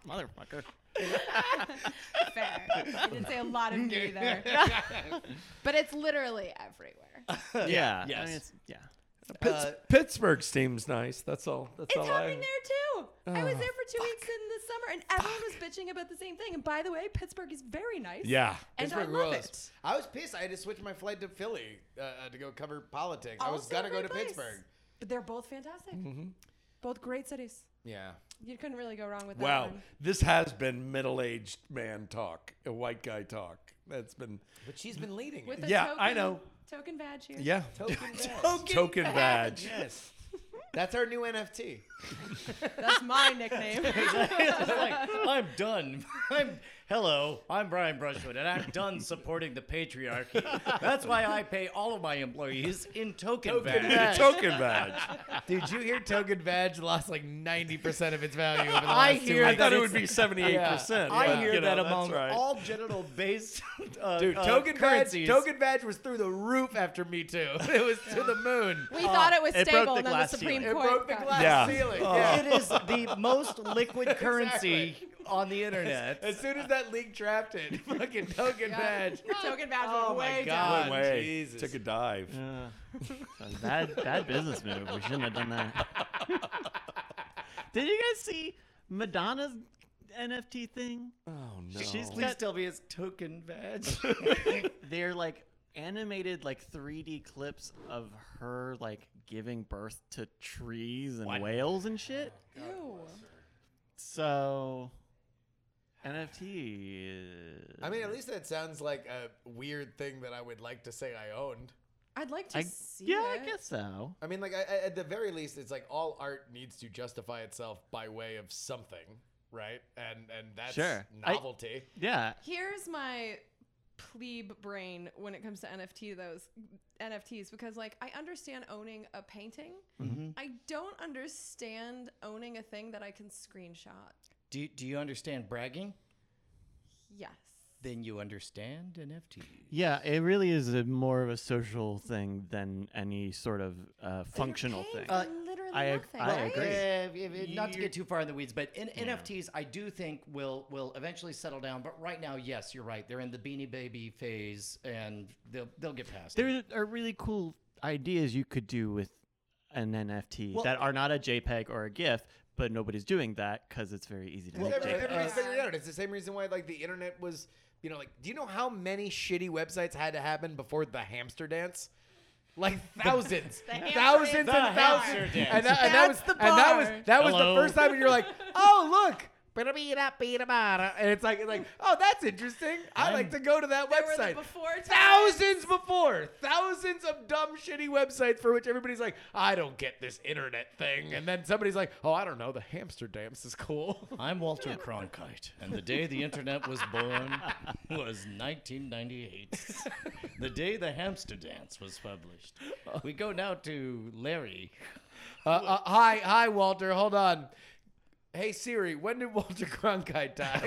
Motherfucker. Fair. I didn't say a lot of me there, but it's literally everywhere. Yeah. yeah. yes. it's, yeah. Pitts- Pittsburgh seems nice. That's all. That's It's all happening I. there too. I was there for two weeks in the summer, and everyone was bitching about the same thing. And by the way, Pittsburgh is very nice. Yeah. and I Pittsburgh love rules. it. I was pissed. I had to switch my flight to Philly uh, uh, to go cover politics. I was Also gonna a go great to place. Pittsburgh. But they're both fantastic. Both great cities. Yeah. You couldn't really go wrong with that. Wow, one. this has been middle-aged man talk, a white guy talk. That's been But she's been leading. With a Yeah, token, I know. Token badge here. yeah. Token badge. Token badge. yes. That's our new NFT. That's my nickname. It's like, I'm done. I'm hello. I'm Brian Brushwood, and I'm done supporting the patriarchy. That's why I pay all of my employees in token, badge. A token badge. Did you hear Token Badge lost like 90% of its value over the last I two hear I weeks? thought that it would be seventy-eight percent. I hear that among among all genital based uh, Dude, uh, Token Badge, currencies. Token Badge was through the roof after Me Too. It was to the moon. We thought it was it broke stable, the and then the glass ceiling. Supreme It Court. broke the got glass Yeah. ceiling. Oh. Yeah. It is the most liquid currency on the internet. As soon as that league drafted, fucking Token Yeah. Badge. Token badge Oh went my way down. God. way. Jesus. Took a dive. Uh, a bad, bad business move. We shouldn't have done that. Did you guys see Madonna's NFT thing? Oh no. She's Please got tell me it's token badge. they're like animated like 3D clips of her like giving birth to trees and whales and shit. Ew. So NFT. I mean, at least that sounds like a weird thing that I would like to say I owned. I'd like to I, see yeah, it. I guess so. I mean, like I, I- at the very least, it's like all art needs to justify itself by way of something, right? And and that's Sure. I- novelty. Yeah. Here's my plebe brain when it comes to NFT those NFTs because like I understand owning a painting. I don't understand owning a thing that I can screenshot. Do, do you understand bragging? Yes. Then you understand NFT. Yeah, it really is a more of a social thing than any sort of uh, You're functional paying thing. for literally Uh, I ag- nothing, I right? agree. Uh, if- if- not to get too far in the weeds, but in, NFTs, I do think will will eventually settle down. But right now, yes, you're right. They're in the Beanie Baby phase, and they'll they'll get past it. there are really cool ideas you could do with an NFT Well- that are not a JPEG or a GIF, but nobody's doing that because it's very easy to Well, make. every- JPEG. everybody's figured it out. It's the same reason why like the internet was, you know, like do you know how many shitty websites had to happen before the hamster dance? Like thousands, hamster thousands and dance is thousands, the bar. and that, and that was That's the and that was bar. that was Hello. the first time when you're like, oh look, and it's like it's like oh that's interesting. I like to go to that There were the website. before times. Thousands before, thousands of dumb, shitty websites for which everybody's like, I don't get this internet thing. And then somebody's like, oh, I don't know, the hamster dance is cool. I'm Walter Cronkite, and the day the internet was born was 1998. the day the hamster dance was published. We go now to Larry. Uh, uh, hi, hi, Walter. Hold on. Hey Siri, when did Walter Cronkite die?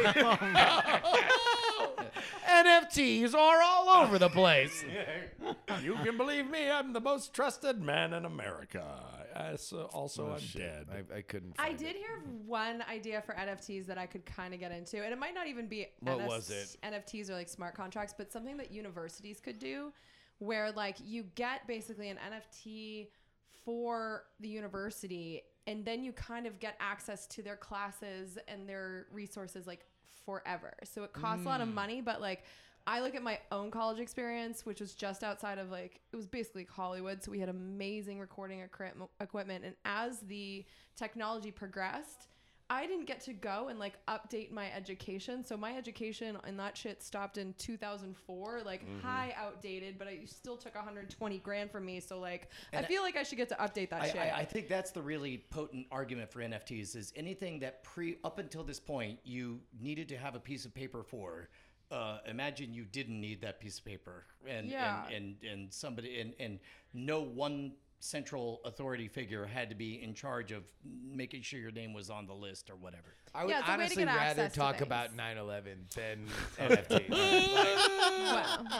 NFTs are all over the place. you can believe me, I'm the most trusted man in America. As, uh, also, I'm dead. Oh, I, I couldn't. I did hear of one idea for NFTs that I could kind of get into, and it might not even be What NF- was it? NFTs or like smart contracts, but something that universities could do, where like you get basically an NFT for the university, and then you kind of get access to their classes and their resources like forever. So it costs a lot Mm. of money, but like. I look at my own college experience, which was just outside of like, it was basically Hollywood. So we had amazing recording equip- equipment. And as the technology progressed, I didn't get to go and like update my education. So my education and that shit stopped in 2004, like Mm-hmm. high outdated, but it still took 120 grand from me. So like, I feel like I should get to update that I, shit. I, I think that's the really potent argument for NFTs is anything that pre up until this point you needed to have a piece of paper for. Uh, imagine you didn't need that piece of paper, and Yeah. and, and and somebody and and no one central authority figure had to be in charge of making sure your name was on the list or whatever. I would Yeah, it's a way to honestly get rather access to talk things. about 9/11 than NFT. Wow.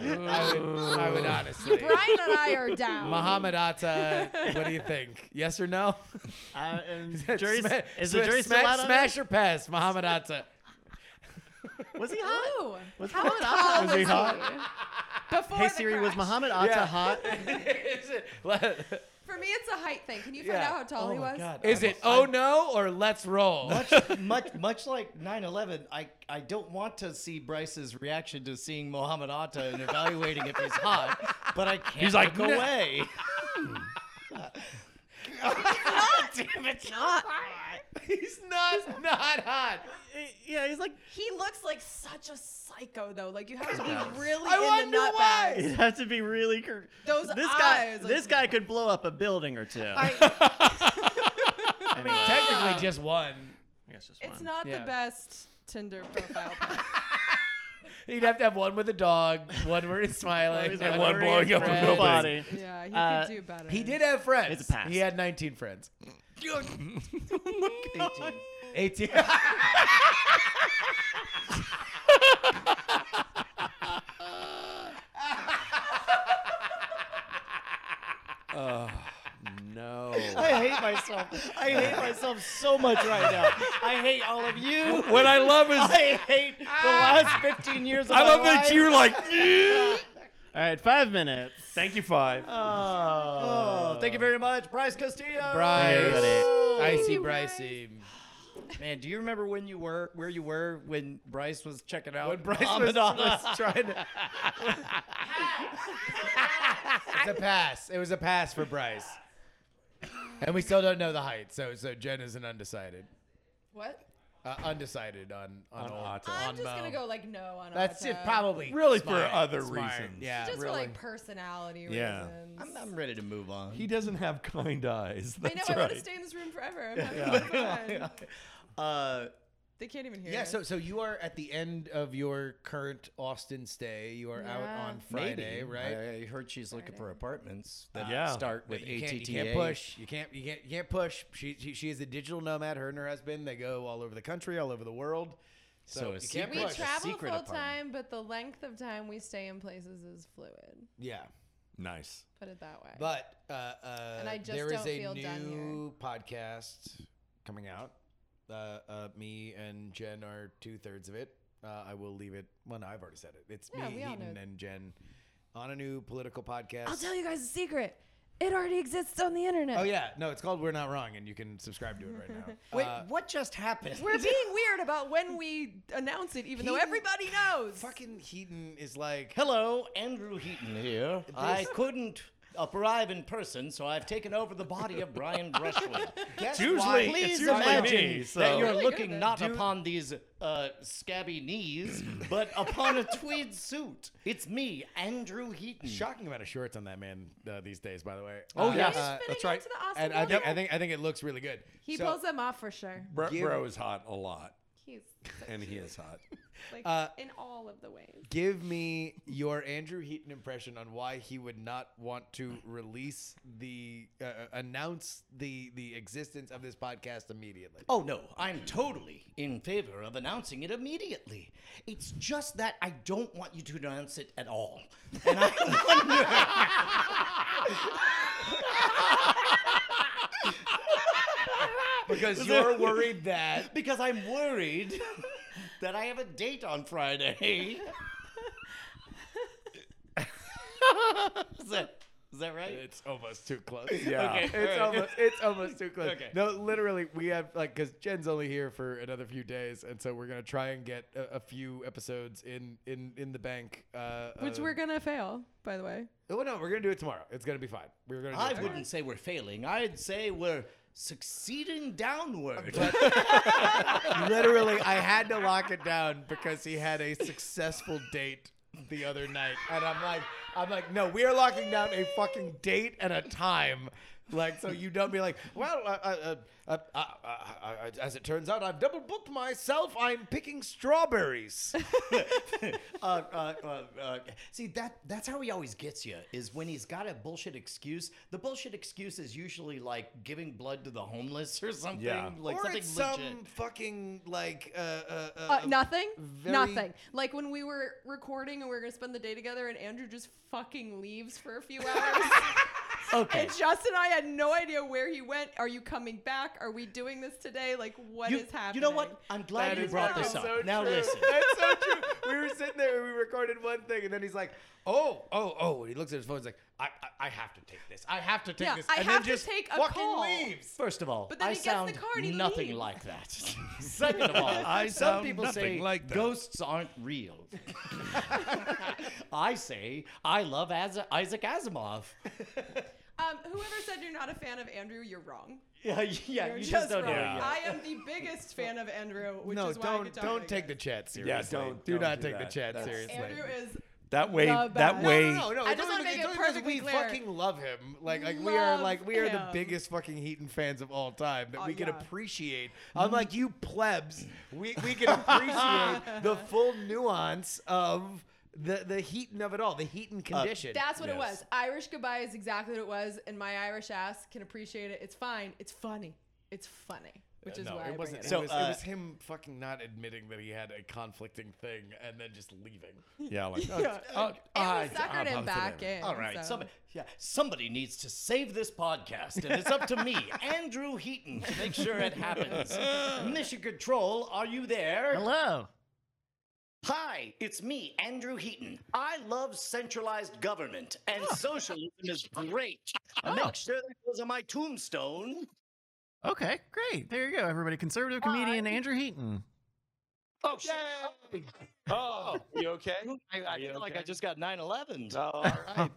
I, would, I would honestly. Brian and I are down. Muhammad Atta, what do you think? Yes or no? Uh, and jury's, Sma- is the sma- jury still sma- out on it? Smash or pass, Muhammad Atta. Was he hot? Ooh, Was how Muhammad tall Atta- was he Before Hey the Siri, was crash. Muhammad Atta Yeah. hot? is it, le- For me, it's a height thing. Can you find Yeah. out how Oh tall he was? is it oh no or let's roll? much, much, much like 9/11, I, I don't want to see Bryce's reaction to seeing Mohammed Atta and evaluating if he's hot, but I can't He's like, look "No." away. He's not not hot. yeah, he's like. He looks like such a psycho, though. Like you have to be really I in the wonder nutbag. It has to be really. Cur- Those this guy, eyes, like- this guy could blow up a building or two. I mean, technically just one. I guess just It's one. not Yeah. the best Tinder profile. He'd have to have one with a dog, one where he's smiling, He's and like, one "Hurry blowing up friend." a building. Nobody. yeah, he Uh, could do better. He did have friends. It's a pass. He had 19 friends. Oh 18. No. I hate myself. I hate myself so much right now. I hate all of you. What I love is I, I hate the last 15 years of my love life. that you're like. All right, five minutes. Thank you, five. Oh, thank you very much, Bryce Castillo. Bryce. Icy you, Brycey. Man, do you remember when you were where you were when Bryce was checking out? When Bryce was, Mohammed Atta? was trying to. it's a pass. It was a pass for Bryce. And we still don't know the height, so so Jen is an undecided. What? Uh, undecided on on, on old. Otto. I'm just gonna go like no on That's it, auto. probably. Really Smart, for other smart, reasons. Yeah. Just for really. like personality Yeah. reasons. I'm, I'm ready to move on. He doesn't have kind eyes. I know That's I want to right. stay in this room forever. I'm having fun. Uh, They can't even hear. yeah. us. So so you are at the end of your current Austin stay. You are Yeah. out on Friday, Maybe. right? I heard she's looking for Friday. apartments that Yeah. start But with you ATTA. Can't, you can't push. You can't. You can't. You can't push. She, she she is a digital nomad. Her and her husband. They go all over the country, all over the world. So, So a you can't secret- we push. Like a travel full secret apartment. time, but the length of time we stay in places is fluid. Yeah, Nice. Put it that way. but uh, uh, And I just there is don't a feel done here. new podcast coming out. Uh, uh, me and Jen are two thirds of it. Uh, I will leave it. Well, no, I've already said it. It's Yeah, me, we all Heaton, know. and Jen on a new political podcast. I'll tell you guys a secret. It already exists on the internet. Oh yeah, no, it's called "We're Not Wrong," and you can subscribe to it right now. Wait, Uh, what just happened? We're being weird about when we announce it, even though He- everybody knows. fucking Heaton is like Hello, Andrew Heaton here. I couldn't arrive in person, so I've taken over the body of Brian Brushwood. Guess Usually- why- it's Please usually imagine me, that so- you're Really good at looking it. not upon these uh, scabby knees, but upon a tweed suit. It's me, Andrew Heaton. Shocking amount of shorts on that man uh, these days, by the way. Oh, Uh, yeah. He's Uh, fitting that's into right. the Austin and I think, Butler. I think I think it looks really good. he So, pulls them off for sure. Bro, Give- bro is hot a lot, He's and he is hot. like Uh, in all of the ways. Give me your Andrew Heaton impression on why he would not want to release the uh, uh, announce the the existence of this podcast immediately. Oh no, I'm totally in favor of announcing it immediately. It's just that I don't want you to announce it at all. And I Because you're worried that because I'm worried that I have a date on Friday. is that is that right? it's almost too close. Yeah. Okay. It's all right. almost it's almost too close. Okay. No, literally, we have like because Jen's only here for another few days, and so we're gonna try and get a, a few episodes in in in the bank. Uh, Which uh, we're gonna fail, by the way. Oh no, we're gonna do it tomorrow. It's gonna be fine. We're gonna. Do it I tomorrow. wouldn't say we're failing. I'd say we're succeeding downward. Literally, I had to lock it down because he had a successful date the other night, and I'm like, I'm like, no, we are locking down a fucking date and a time. Like, so you don't be like, well, uh, uh, uh, uh, uh, uh, uh, as it turns out, I've double booked myself. I'm picking strawberries. uh, uh, uh, uh, see that that's how he always gets you is when he's got a bullshit excuse the bullshit excuse is usually like giving blood to the homeless or something Yeah. like or something it's legit some fucking like uh, uh, uh, Uh, nothing. very- Nothing. Like when we were recording and we were gonna spend the day together, and Andrew just fucking leaves for a few hours. okay And Justin and I had no idea where he went. Are you coming back? Are we doing this today? Like, what is you, happening? you know what i'm glad That you is brought fucking this up so now true. listen That's so true. We were sitting there and we recorded one thing, and then he's like, "Oh, oh, oh!" And he looks at his phone. He's like, "I, I, I have to take this. I have to take Yeah, this." I and have then to just take a fucking call. leaves. First of all, But then I he gets the sound car and he nothing leaves. like that. Second of all, I some sound people nothing say like that. ghosts aren't real. I say I love As- Isaac Asimov. Um, whoever said you're not a fan of Andrew, you're wrong. Yeah, yeah, You're you just, just, don't wrong. know. yet. I am the biggest fan of Andrew, which no, is why I don't, could talk don't to take the you chat seriously. Yeah, don't- do don't not do take that. the chat That's- seriously. guys. Andrew is That way, The that best. way, No, no, no. I It's just only wanna because- make it's it only because perfectly we clear. fucking love him. Like, like we are Love like we are the him. biggest fucking Heaton fans of all time that Oh, we can yeah. appreciate. Unlike you plebs, we, we can appreciate the full nuance of the the Heaton of it all, the Uh, Heaton condition. That's what it Yes. was. Irish goodbye is exactly what it was, and my Irish ass can appreciate it. It's fine. It's funny. It's funny, which is no, why I it bring wasn't. it It, up. So, was, uh, it was him fucking not admitting that he had a conflicting thing and then just leaving. yeah, like oh, Yeah. I- it was suckered I'm him back positive. in. All right, so. somebody, yeah, somebody needs to save this podcast, and it's up to me, Andrew Heaton, to make sure it happens. Mission Control, are you there? Hello. Hi, it's me, Andrew Heaton. I love centralized government, and socialism is great. Make sure that goes on my tombstone. Okay, great. There you go, everybody. Conservative comedian Andrew Heaton. Oh, shit. Oh, you okay? I, I feel like I just got 9 11. Oh, all right.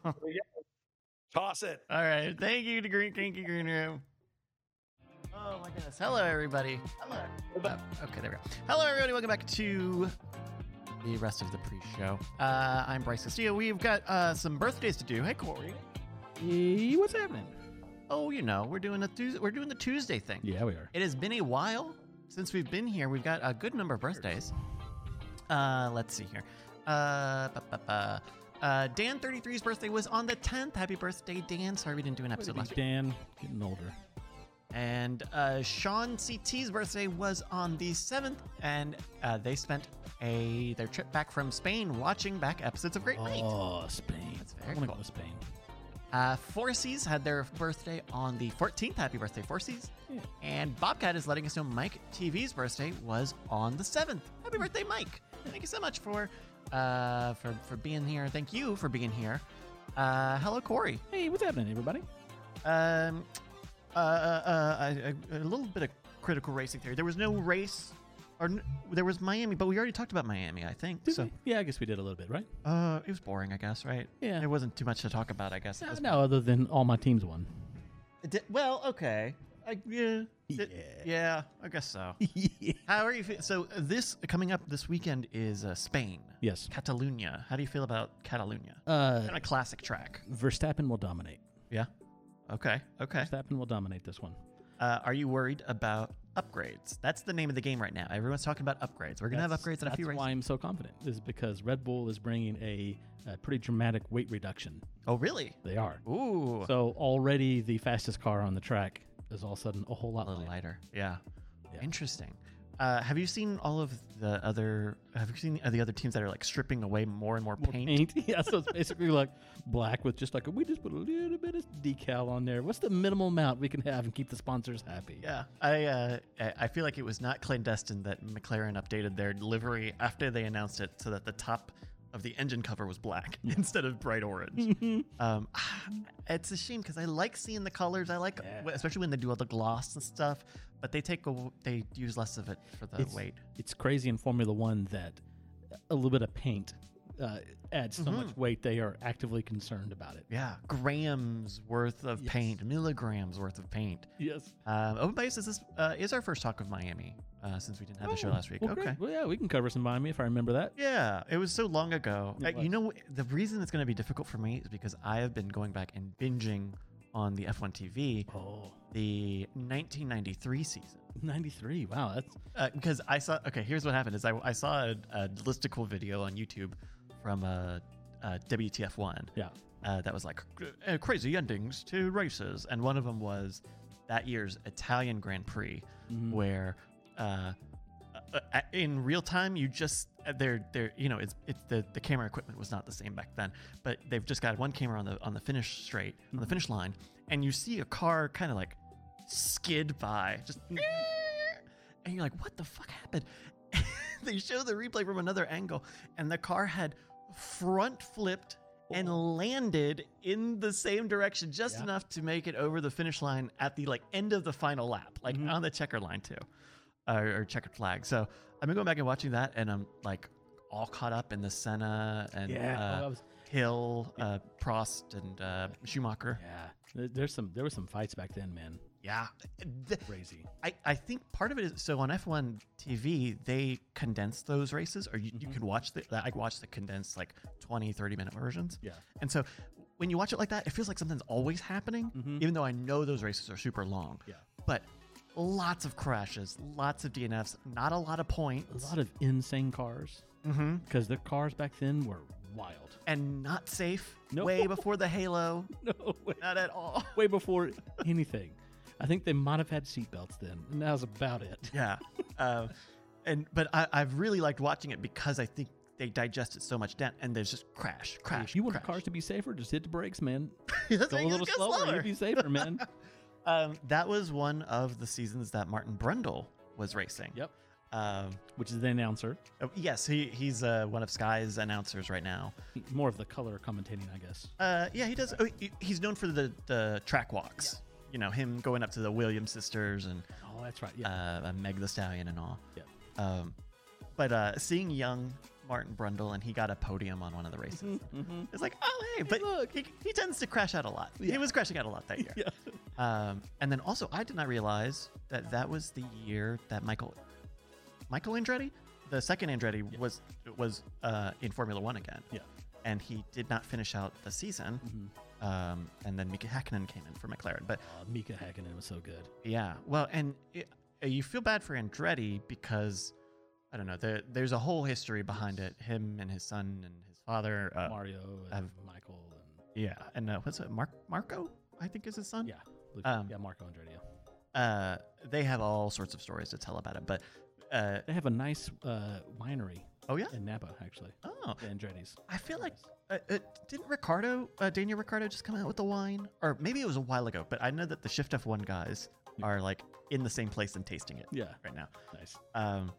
Toss it. All right. Thank you to Green Kinky Green Room. Oh my goodness. Hello, everybody. Hello. okay, there we go. Hello, everybody. Welcome back to the rest of the pre show. Uh, I'm Bryce Castillo. We've got uh, some birthdays to do. Hey, Corey. Hey, what's happening? Oh, you know, we're doing, a Tues we're doing the Tuesday thing. Yeah, we are. It has been a while since we've been here. We've got a good number of birthdays. Uh, let's see here. Uh, ba, ba, ba. Uh, Dan 33's birthday was on the 10th. Happy birthday, Dan. Sorry we didn't do an episode last week. Dan getting older. And uh, Sean CT's birthday was on the 7th, and uh, they spent a their trip back from Spain watching back episodes of Great Night. Oh, Spain. That's I very want to cool. go to Spain. Uh, Forces had their birthday on the 14th. Happy birthday, Forces. And Bobcat is letting us know Mike TV's birthday was on the 7th. Hmm. Happy birthday, Mike. Thank you so much for uh, for, for being here. Thank you for being here. Uh, hello, Corey. Hey, what's happening, everybody? Um, uh, uh, uh, a, a little bit of critical racing theory. There was no race, or n- there was Miami, but we already talked about Miami, I think. Did so we? Yeah, I guess we did a little bit, right? uh, it was boring, I guess, right? Yeah. There wasn't too much to talk about, I guess. at Uh, No, this no, other than all my teams won. It did- well, okay. I, yeah. It- Yeah. yeah, I guess so. yeah. How are you? Fe- so uh, this coming up this weekend is uh, Spain. Yes. Catalunya. How do you feel about Catalunya? Uh, kind of classic track. Verstappen will dominate. Yeah. Okay. Okay. Verstappen will dominate this one. Uh, are you worried about upgrades? That's the name of the game right now. Everyone's talking about upgrades. We're gonna have upgrades in a that's few races. why I'm so confident. Is because Red Bull is bringing a, a pretty dramatic weight reduction. Oh, really? They are. Ooh. So already the fastest car on the track is all of a sudden a whole lot a little lighter. lighter. Yeah. Yeah. Interesting. Uh, have you seen all of the other? Have you seen the other teams that are like stripping away more and more, More paint. Yeah, so it's basically like black with just like a, we just put a little bit of decal on there. What's the minimal amount we can have and keep the sponsors happy? Yeah, I uh, I- I feel like it was not clandestine that McLaren updated their livery after they announced it so that the top of the engine cover was black instead of bright orange. um, it's a shame because I like seeing the colors. I like, especially when they do all the gloss and stuff. But they take a, they use less of it for the It's- weight. It's crazy in Formula One that a little bit of paint uh, adds Mm-hmm. so much weight. They are actively concerned about it. Yeah, grams worth of paint, milligrams worth of paint. Yes. Um, Open Bias is this uh, is our first talk of Miami uh, since we didn't have the show last week. Oh, Well, okay. great. Well, yeah, we can cover some Miami if I remember that. Yeah, it was so long ago. It Uh, you know, the reason it's going to be difficult for me is because I have been going back and binging on the F1 TV Oh, the 1993 season 93. Wow, that's uh, because I saw. Okay, here's what happened: is I, I saw a, a listicle video on YouTube from uh, uh, WTF1 yeah. uh, that was like "Uh, crazy endings to races, and one of them was that year's Italian Grand Prix, where uh, uh, uh, in real time you just uh, they're they're you know it's it's the the camera equipment was not the same back then, but they've just got one camera on the on the finish straight on the finish line, and you see a car kind of like skid by just. And you're like, what the fuck happened? they show the replay from another angle, and the car had front flipped and landed in the same direction just enough to make it over the finish line at the like end of the final lap, like on the checker line too, or, or checkered flag. So I've been going back and watching that, and I'm like all caught up in the Senna and Yeah. uh, Oh, I was- Hill, uh, Prost, and uh, Schumacher. Yeah. There- There's some there were some fights back then, man. Yeah, Th- Crazy. I, I think part of it is so on F1 TV, they condense those races, or you, Mm-hmm. you can watch the, I watch the condensed like 20, 30 minute versions. Yeah. And so when you watch it like that, it feels like something's always happening, even though I know those races are super long. Mm-hmm. Yeah. But lots of crashes, lots of DNFs, not a lot of A points, lot of insane cars Mhm. because their cars back then were wild. and not safe No. way before the Halo. No way. Not at all. way before anything. I think they might have had seatbelts then, and that was about it. Yeah. Um, and but I, I've really liked watching it because I think they digest it so much down, and there's just crash, crash. If you want crash. the cars to be safer, just hit the brakes, man. That's Go a right, little just go slower, slower. you'll be safer, man. Um, that was one of the seasons that Martin Brundle was racing. Yep. Um, Which is the announcer, oh, yes, he, he's uh, one of Sky's announcers right now. more of the color commentating, I guess. Uh, yeah, he does. Oh, he- he's known for the, the track walks. You know, him going up to the Williams sisters and Oh, that's right. Yeah, uh, and Meg the Stallion and all. Yeah. Um, but uh, seeing young Martin Brundle and he got a podium on one of the races. It's like, oh hey, but Mm-hmm, look. He, he tends to crash out a lot. He was crashing out a lot that year. yeah. Um, and then also, I did not realize that that was the year that Michael Michael Andretti, the second Andretti, was was uh, in Formula One again. Yeah. and he did not finish out the Uh, season. Um, and then Mika Hakkinen came in for McLaren. But mm-hmm. Uh, Mika Hakkinen was so good. yeah, well, and it, uh, you feel bad for Andretti because I don't know. There, there's a whole history behind it. Him and his son and his father. Uh, Mario and I've- Michael and Yeah, and uh, what's it? Mark Marco, I think is his son. yeah, Luke- Um, yeah, Marco Andretti. yeah. uh, they have all sorts of stories to tell about it. But uh, They have a nice uh, winery oh yeah, in Napa actually. oh, the Andretti's. I feel like uh, uh, didn't Ricardo, uh, Daniel Ricardo, just come out with the wine, or maybe it was a while ago. But I know that the Shift F one guys are like in the same place and tasting it Yeah, right now. nice. Um,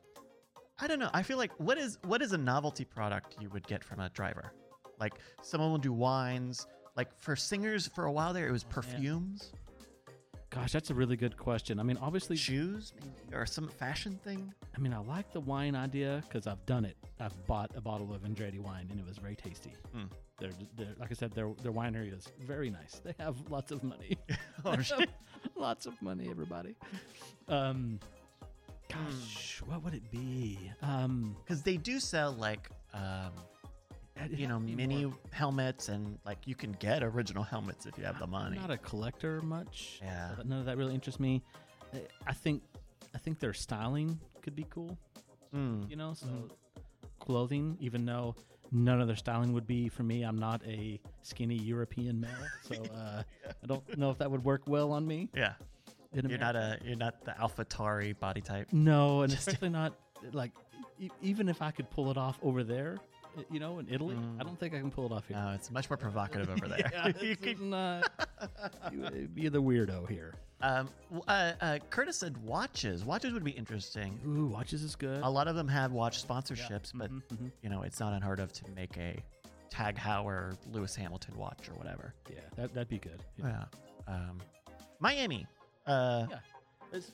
I don't know. I feel like what is what is a novelty product you would get from a driver? Like someone will do wines. Like for singers, for a while there, it Oh, was perfumes, Gosh, that's a really good question. I mean, obviously, shoes, maybe, or some fashion thing. I mean, I like the wine idea because I've done it. I've bought a bottle of Andretti wine and it was very tasty. Mm. They're, they're, like I said, their their winery is very nice. They have lots of money. Oh, They shit. have lots of money, everybody. Um, gosh, Hmm. what would it be? Um, because they do sell like um, it'd you have know to be mini more- helmets and like you can get original helmets if you have the I'm money. not a collector much. Yeah. so none of that really interests me. I- I think I think their styling could be cool. Mm. you know so Mm-hmm. clothing even though none of their styling would be for me i'm not a skinny european male so uh, i don't know if that would work well on me Yeah, in you're not America. a you're not the alphatari body type. no and especially not like e- even if i could pull it off over there i- you know in italy i don't think i can pull it off here Hmm. No, it's much more provocative over there. yeah, You this could- is not, you- eh, you're the weirdo here um, w- uh, uh, Curtis said watches. Watches would be interesting. ooh watches is good A lot of them have watch sponsorships, but Mm-hmm. you know it's not unheard of to make a Tag Heuer Lewis Hamilton watch or whatever. yeah that, that'd be good yeah. Yeah. Um, Miami. Uh, Yeah.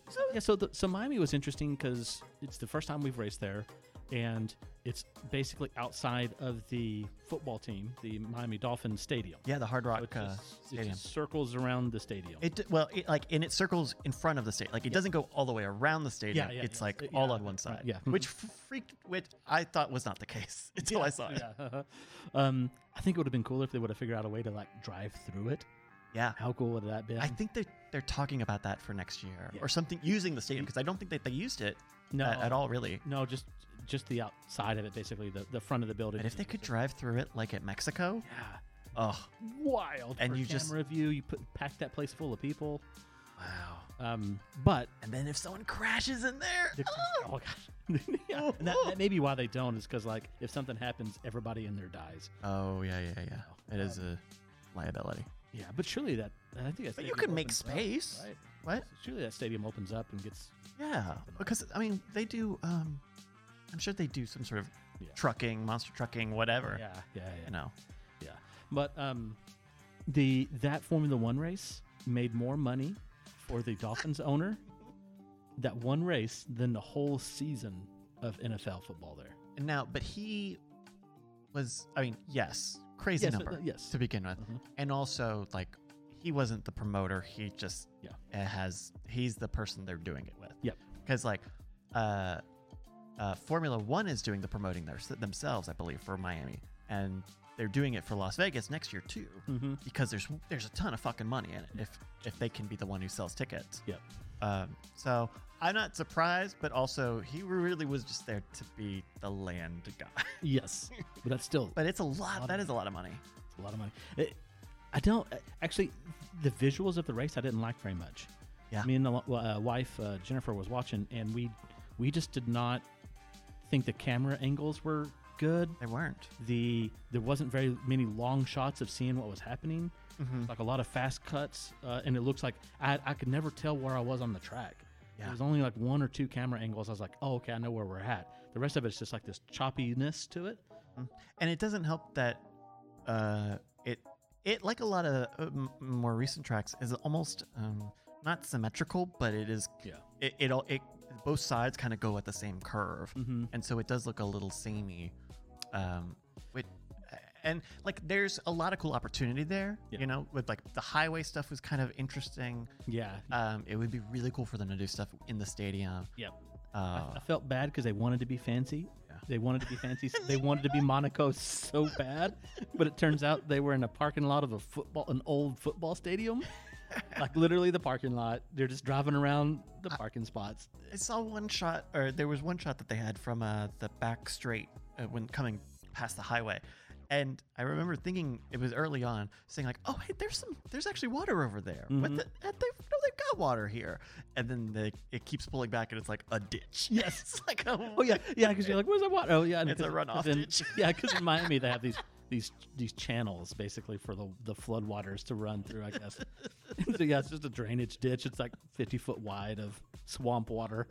So, yeah, so the, so Miami was interesting because it's the first time we've raced there, and it's basically outside of the football team, the Miami Dolphins stadium. yeah, the Hard Rock So it uh, just- it Stadium. just circles around the stadium. It d- well, it, like and it circles in front of the state. Like it doesn't go all the way around the stadium. yeah, it's yeah. like It- all yeah, on one right, side. yeah. which f- freaked, which I thought was not the case until I saw it. Yeah, yeah. um, I think it would have been cooler if they would have figured out a way to like drive through it. How cool would that be? I think they they're talking about that for next year Yeah. or something using the stadium because I don't think that they used it No. a- at all really. no, just just the outside of it, basically the, the front of the building. But if they could drive through it like at Mexico, yeah, oh wild. And for you camera just- view, you put pack that place full of people. wow! Um, but And then if someone crashes in there, They're ah! cr- Oh gosh. yeah. And that, that may be why they don't is because like if something happens, everybody in there dies. oh yeah yeah yeah, it is a liability. Yeah, but surely that I think that's But you could make space, right? What? So surely that stadium opens up and gets Yeah, because I mean, they do. Um, I'm sure they do some sort of Yeah. trucking, monster trucking, whatever. yeah yeah yeah You know. yeah. But um, the that Formula One race made more money for the Dolphins owner that one race than the whole season of NFL football there. And now, but he was. I mean, yes, crazy Yes, uh, number. yes. to begin with, and also like he wasn't the promoter. He just Yeah. uh, has. He's the person they're doing it with. Yep. Because like, uh, uh, Formula One is doing the promoting their, themselves, I believe, for Miami, and they're doing it for Las Vegas next year too, Mm-hmm. because there's there's a ton of fucking money in it if if they can be the one who sells tickets. Yep. Um, so I'm not surprised, but also he really was just there to be the land guy. Yes, but that's still but it's a lot. That is a lot of money. It's a lot of money. It- I don't uh, actually. The visuals of the race I didn't like very much. Yeah. Me and the wa- uh, wife uh, Jennifer was watching, and we we just did not think the camera angles were good. They weren't. The there wasn't very many long shots of seeing what was happening. Mm-hmm. Like a lot of fast cuts, uh, and it looks like I, I could never tell where I was on the track. Yeah. There was only like one or two camera angles. I was like, oh, okay, I know where we're at. The rest of it's just like this choppiness to it. and it doesn't help that uh, it it like a lot of uh, m- more recent tracks is almost um, not symmetrical, but it is Yeah. it it all it both sides kind of go Mm-hmm. at the same curve, and so it does look a little samey, um, which and like there's a lot of cool opportunity there. Yeah. You know, with like the highway stuff was kind of interesting. Yeah. Um, it would be really cool for them to do stuff in the stadium. Yep. Uh, I felt bad because they wanted to be fancy. They wanted to be fancy. so they wanted to be Monaco so bad, but it turns out they were in a parking lot of a football, an old football stadium, like literally the parking lot. They're just driving around the parking spots. I saw one shot, or there was one shot that they had from uh, the back straight uh, when coming past the highway, and I remember thinking it was early on, saying like, "Oh, hey, there's some, there's actually water over there." Mm-hmm. But the, uh, they, no, they've got water here, and then they, it keeps pulling back, and it's like a ditch. Yes, it's like a, Oh yeah, yeah. Because you're like, where's that water? Oh yeah, and It's a 'cause- 'cause runoff in- ditch. yeah, because in Miami they have these these these channels basically for the the floodwaters to run through. I guess. so yeah, it's just a drainage ditch. It's like 50 foot wide of swamp water.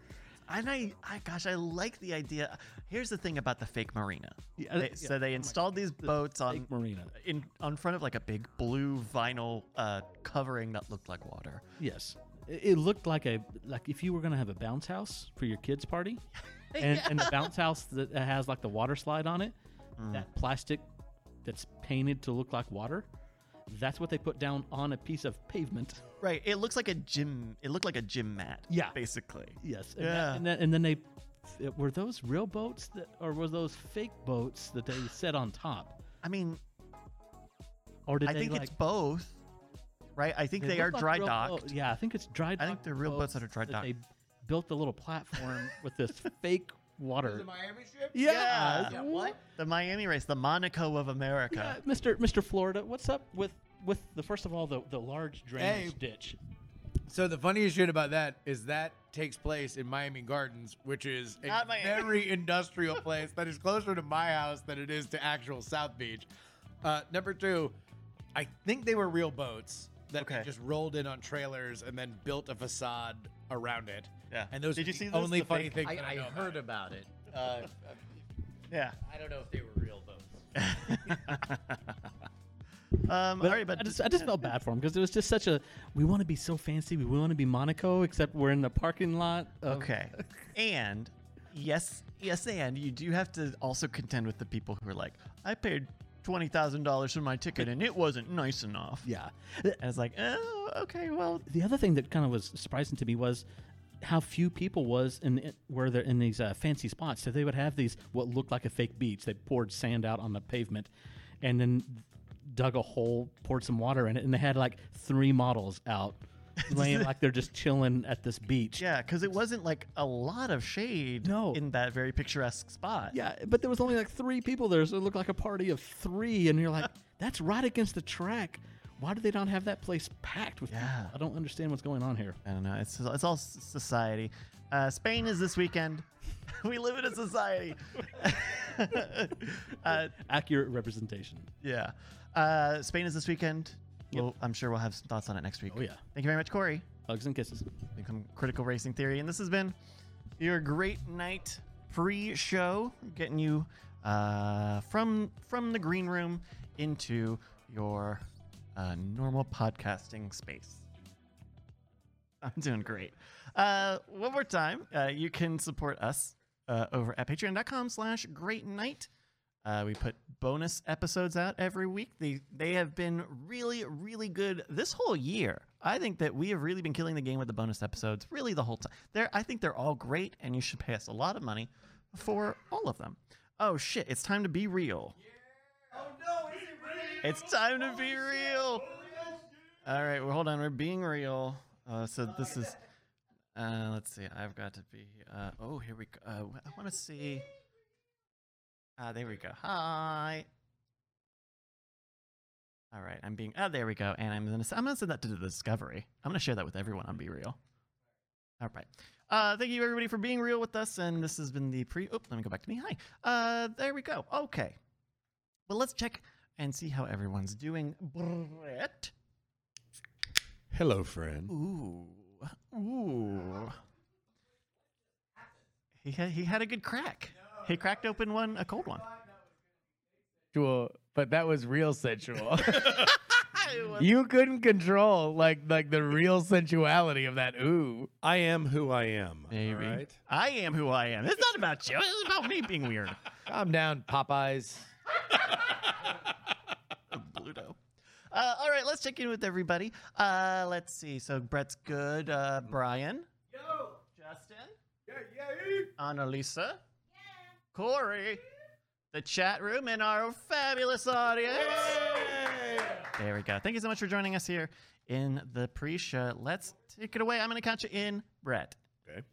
And I, I, gosh, I like the idea. Here's the thing about the fake marina. Yeah, Oh They- yeah. So they installed these boats on Lake Marina. in on front of like a big blue vinyl uh, covering that looked like water. Yes. It it looked like a like if you were gonna have a bounce house for your kids' party, and, and the bounce house that has like the water slide on it, Mm. that plastic that's painted to look like water, that's what they put down on a piece of pavement. Right. It looks like a gym. It looked like a gym mat. Yeah. Basically. Yes. And Yeah. That, and, that, and then they f- were those real boats that, or were those fake boats that they set on top, I mean, or did I they think like? it's both. Right. I think they, are look like dry real docked. boat- Yeah, I think it's dry docked. think they're real boats that are dry They built the little platform with this fake water. Miami Strip? Yeah. Yeah, What? The Miami race, the Monaco of America. Mr. Mr. uh, Florida, what's up with with the first of all the the large drainage Hey. ditch? So the funniest shit about that is that takes place in Miami Gardens, which is a Not Miami. very industrial place that is closer to my house than it is to actual South Beach. Uh, number two, I think they were real boats that they Okay. just rolled in on trailers and then built a facade around it. Yeah. And those Did are you the see this? only The funny fake- thing I, that I, I know about heard it. about it. Uh, I don't know if they were real boats. Yeah. Um, all right, but I just I just felt bad for him because it was just such a we want to be so fancy, we want to be Monaco, except we're in the parking lot. Of, Okay. and yes, yes, and you do have to also contend with the people who are like, I paid twenty thousand dollars for my ticket and it wasn't nice enough. Yeah. And it's like, oh, okay, well, The other thing that kind of was surprising to me was how few people was in it- were there in these uh, fancy spots. So they would have these what looked like a fake beach. They poured sand out on the pavement, and then dug a hole, poured some water in it, and they had like three models out laying like they're just chilling at this beach. yeah, because it wasn't like a lot of shade No. in that very picturesque spot. Yeah, but there was only like three people there, so it looked like a party of three. And you're like, that's right against the track. Why do they not have that place packed with people? Yeah. I don't understand what's going on here. I don't know. It's it's all s- society. Uh, Spain is this weekend. we live in a society. uh, Accurate representation. yeah. Uh, Spain is this weekend. Well, I'm sure we'll have some thoughts on it next week. Oh, yeah. Thank you very much, Corey. Hugs and kisses. Become critical racing theory, and this has been your great night pre-show, getting you uh, from from the green room into your uh, normal podcasting space. I'm doing great. Uh, one more time, uh, you can support us uh, over at patreon.com slash great night. Uh, we put bonus episodes out every week. They, they have been really, really good this whole year. I think that we have really been killing the game with the bonus episodes, really the whole time. They're, I think they're all great, and you should pay us a lot of money for all of them. Oh, shit, it's time to be real. It's time to be real. All right, well, hold on. We're being real. Uh, so this is. Uh, let's see. I've got to be. Uh, oh, here we go. Uh, I want to see. Ah, there we go. Hi. All right, I'm being. Oh, there we go. And I'm gonna. s- I'm gonna send that to the Discovery. I'm gonna share that with everyone on Be Real. All right. Uh, thank you everybody for being real with us. And this has been the pre. Oop, let me go back to me. Hi. Uh, there we go. Okay. Well, let's check and see how everyone's doing. Brett. Hello, friend. Ooh. Ooh. He had, he had a good crack. He cracked open one, a cold one. Sexual, but that was real sensual. you couldn't control like like the real sensuality of that ooh. I am who I am. Maybe. All right. I am who I am. It's not about you. It's about me being weird. Calm down, Popeyes. Uh, all right, let's check in with everybody. Uh, let's see. So Brett's good. Uh, Brian. Yo. Justin. Yeah, yeah. Annalisa. Yeah. Corey. The chat room and our fabulous audience. There we go. Thank you so much for joining us here in the pre-show. Let's take it away. I'm going to catch you in Brett. Okay.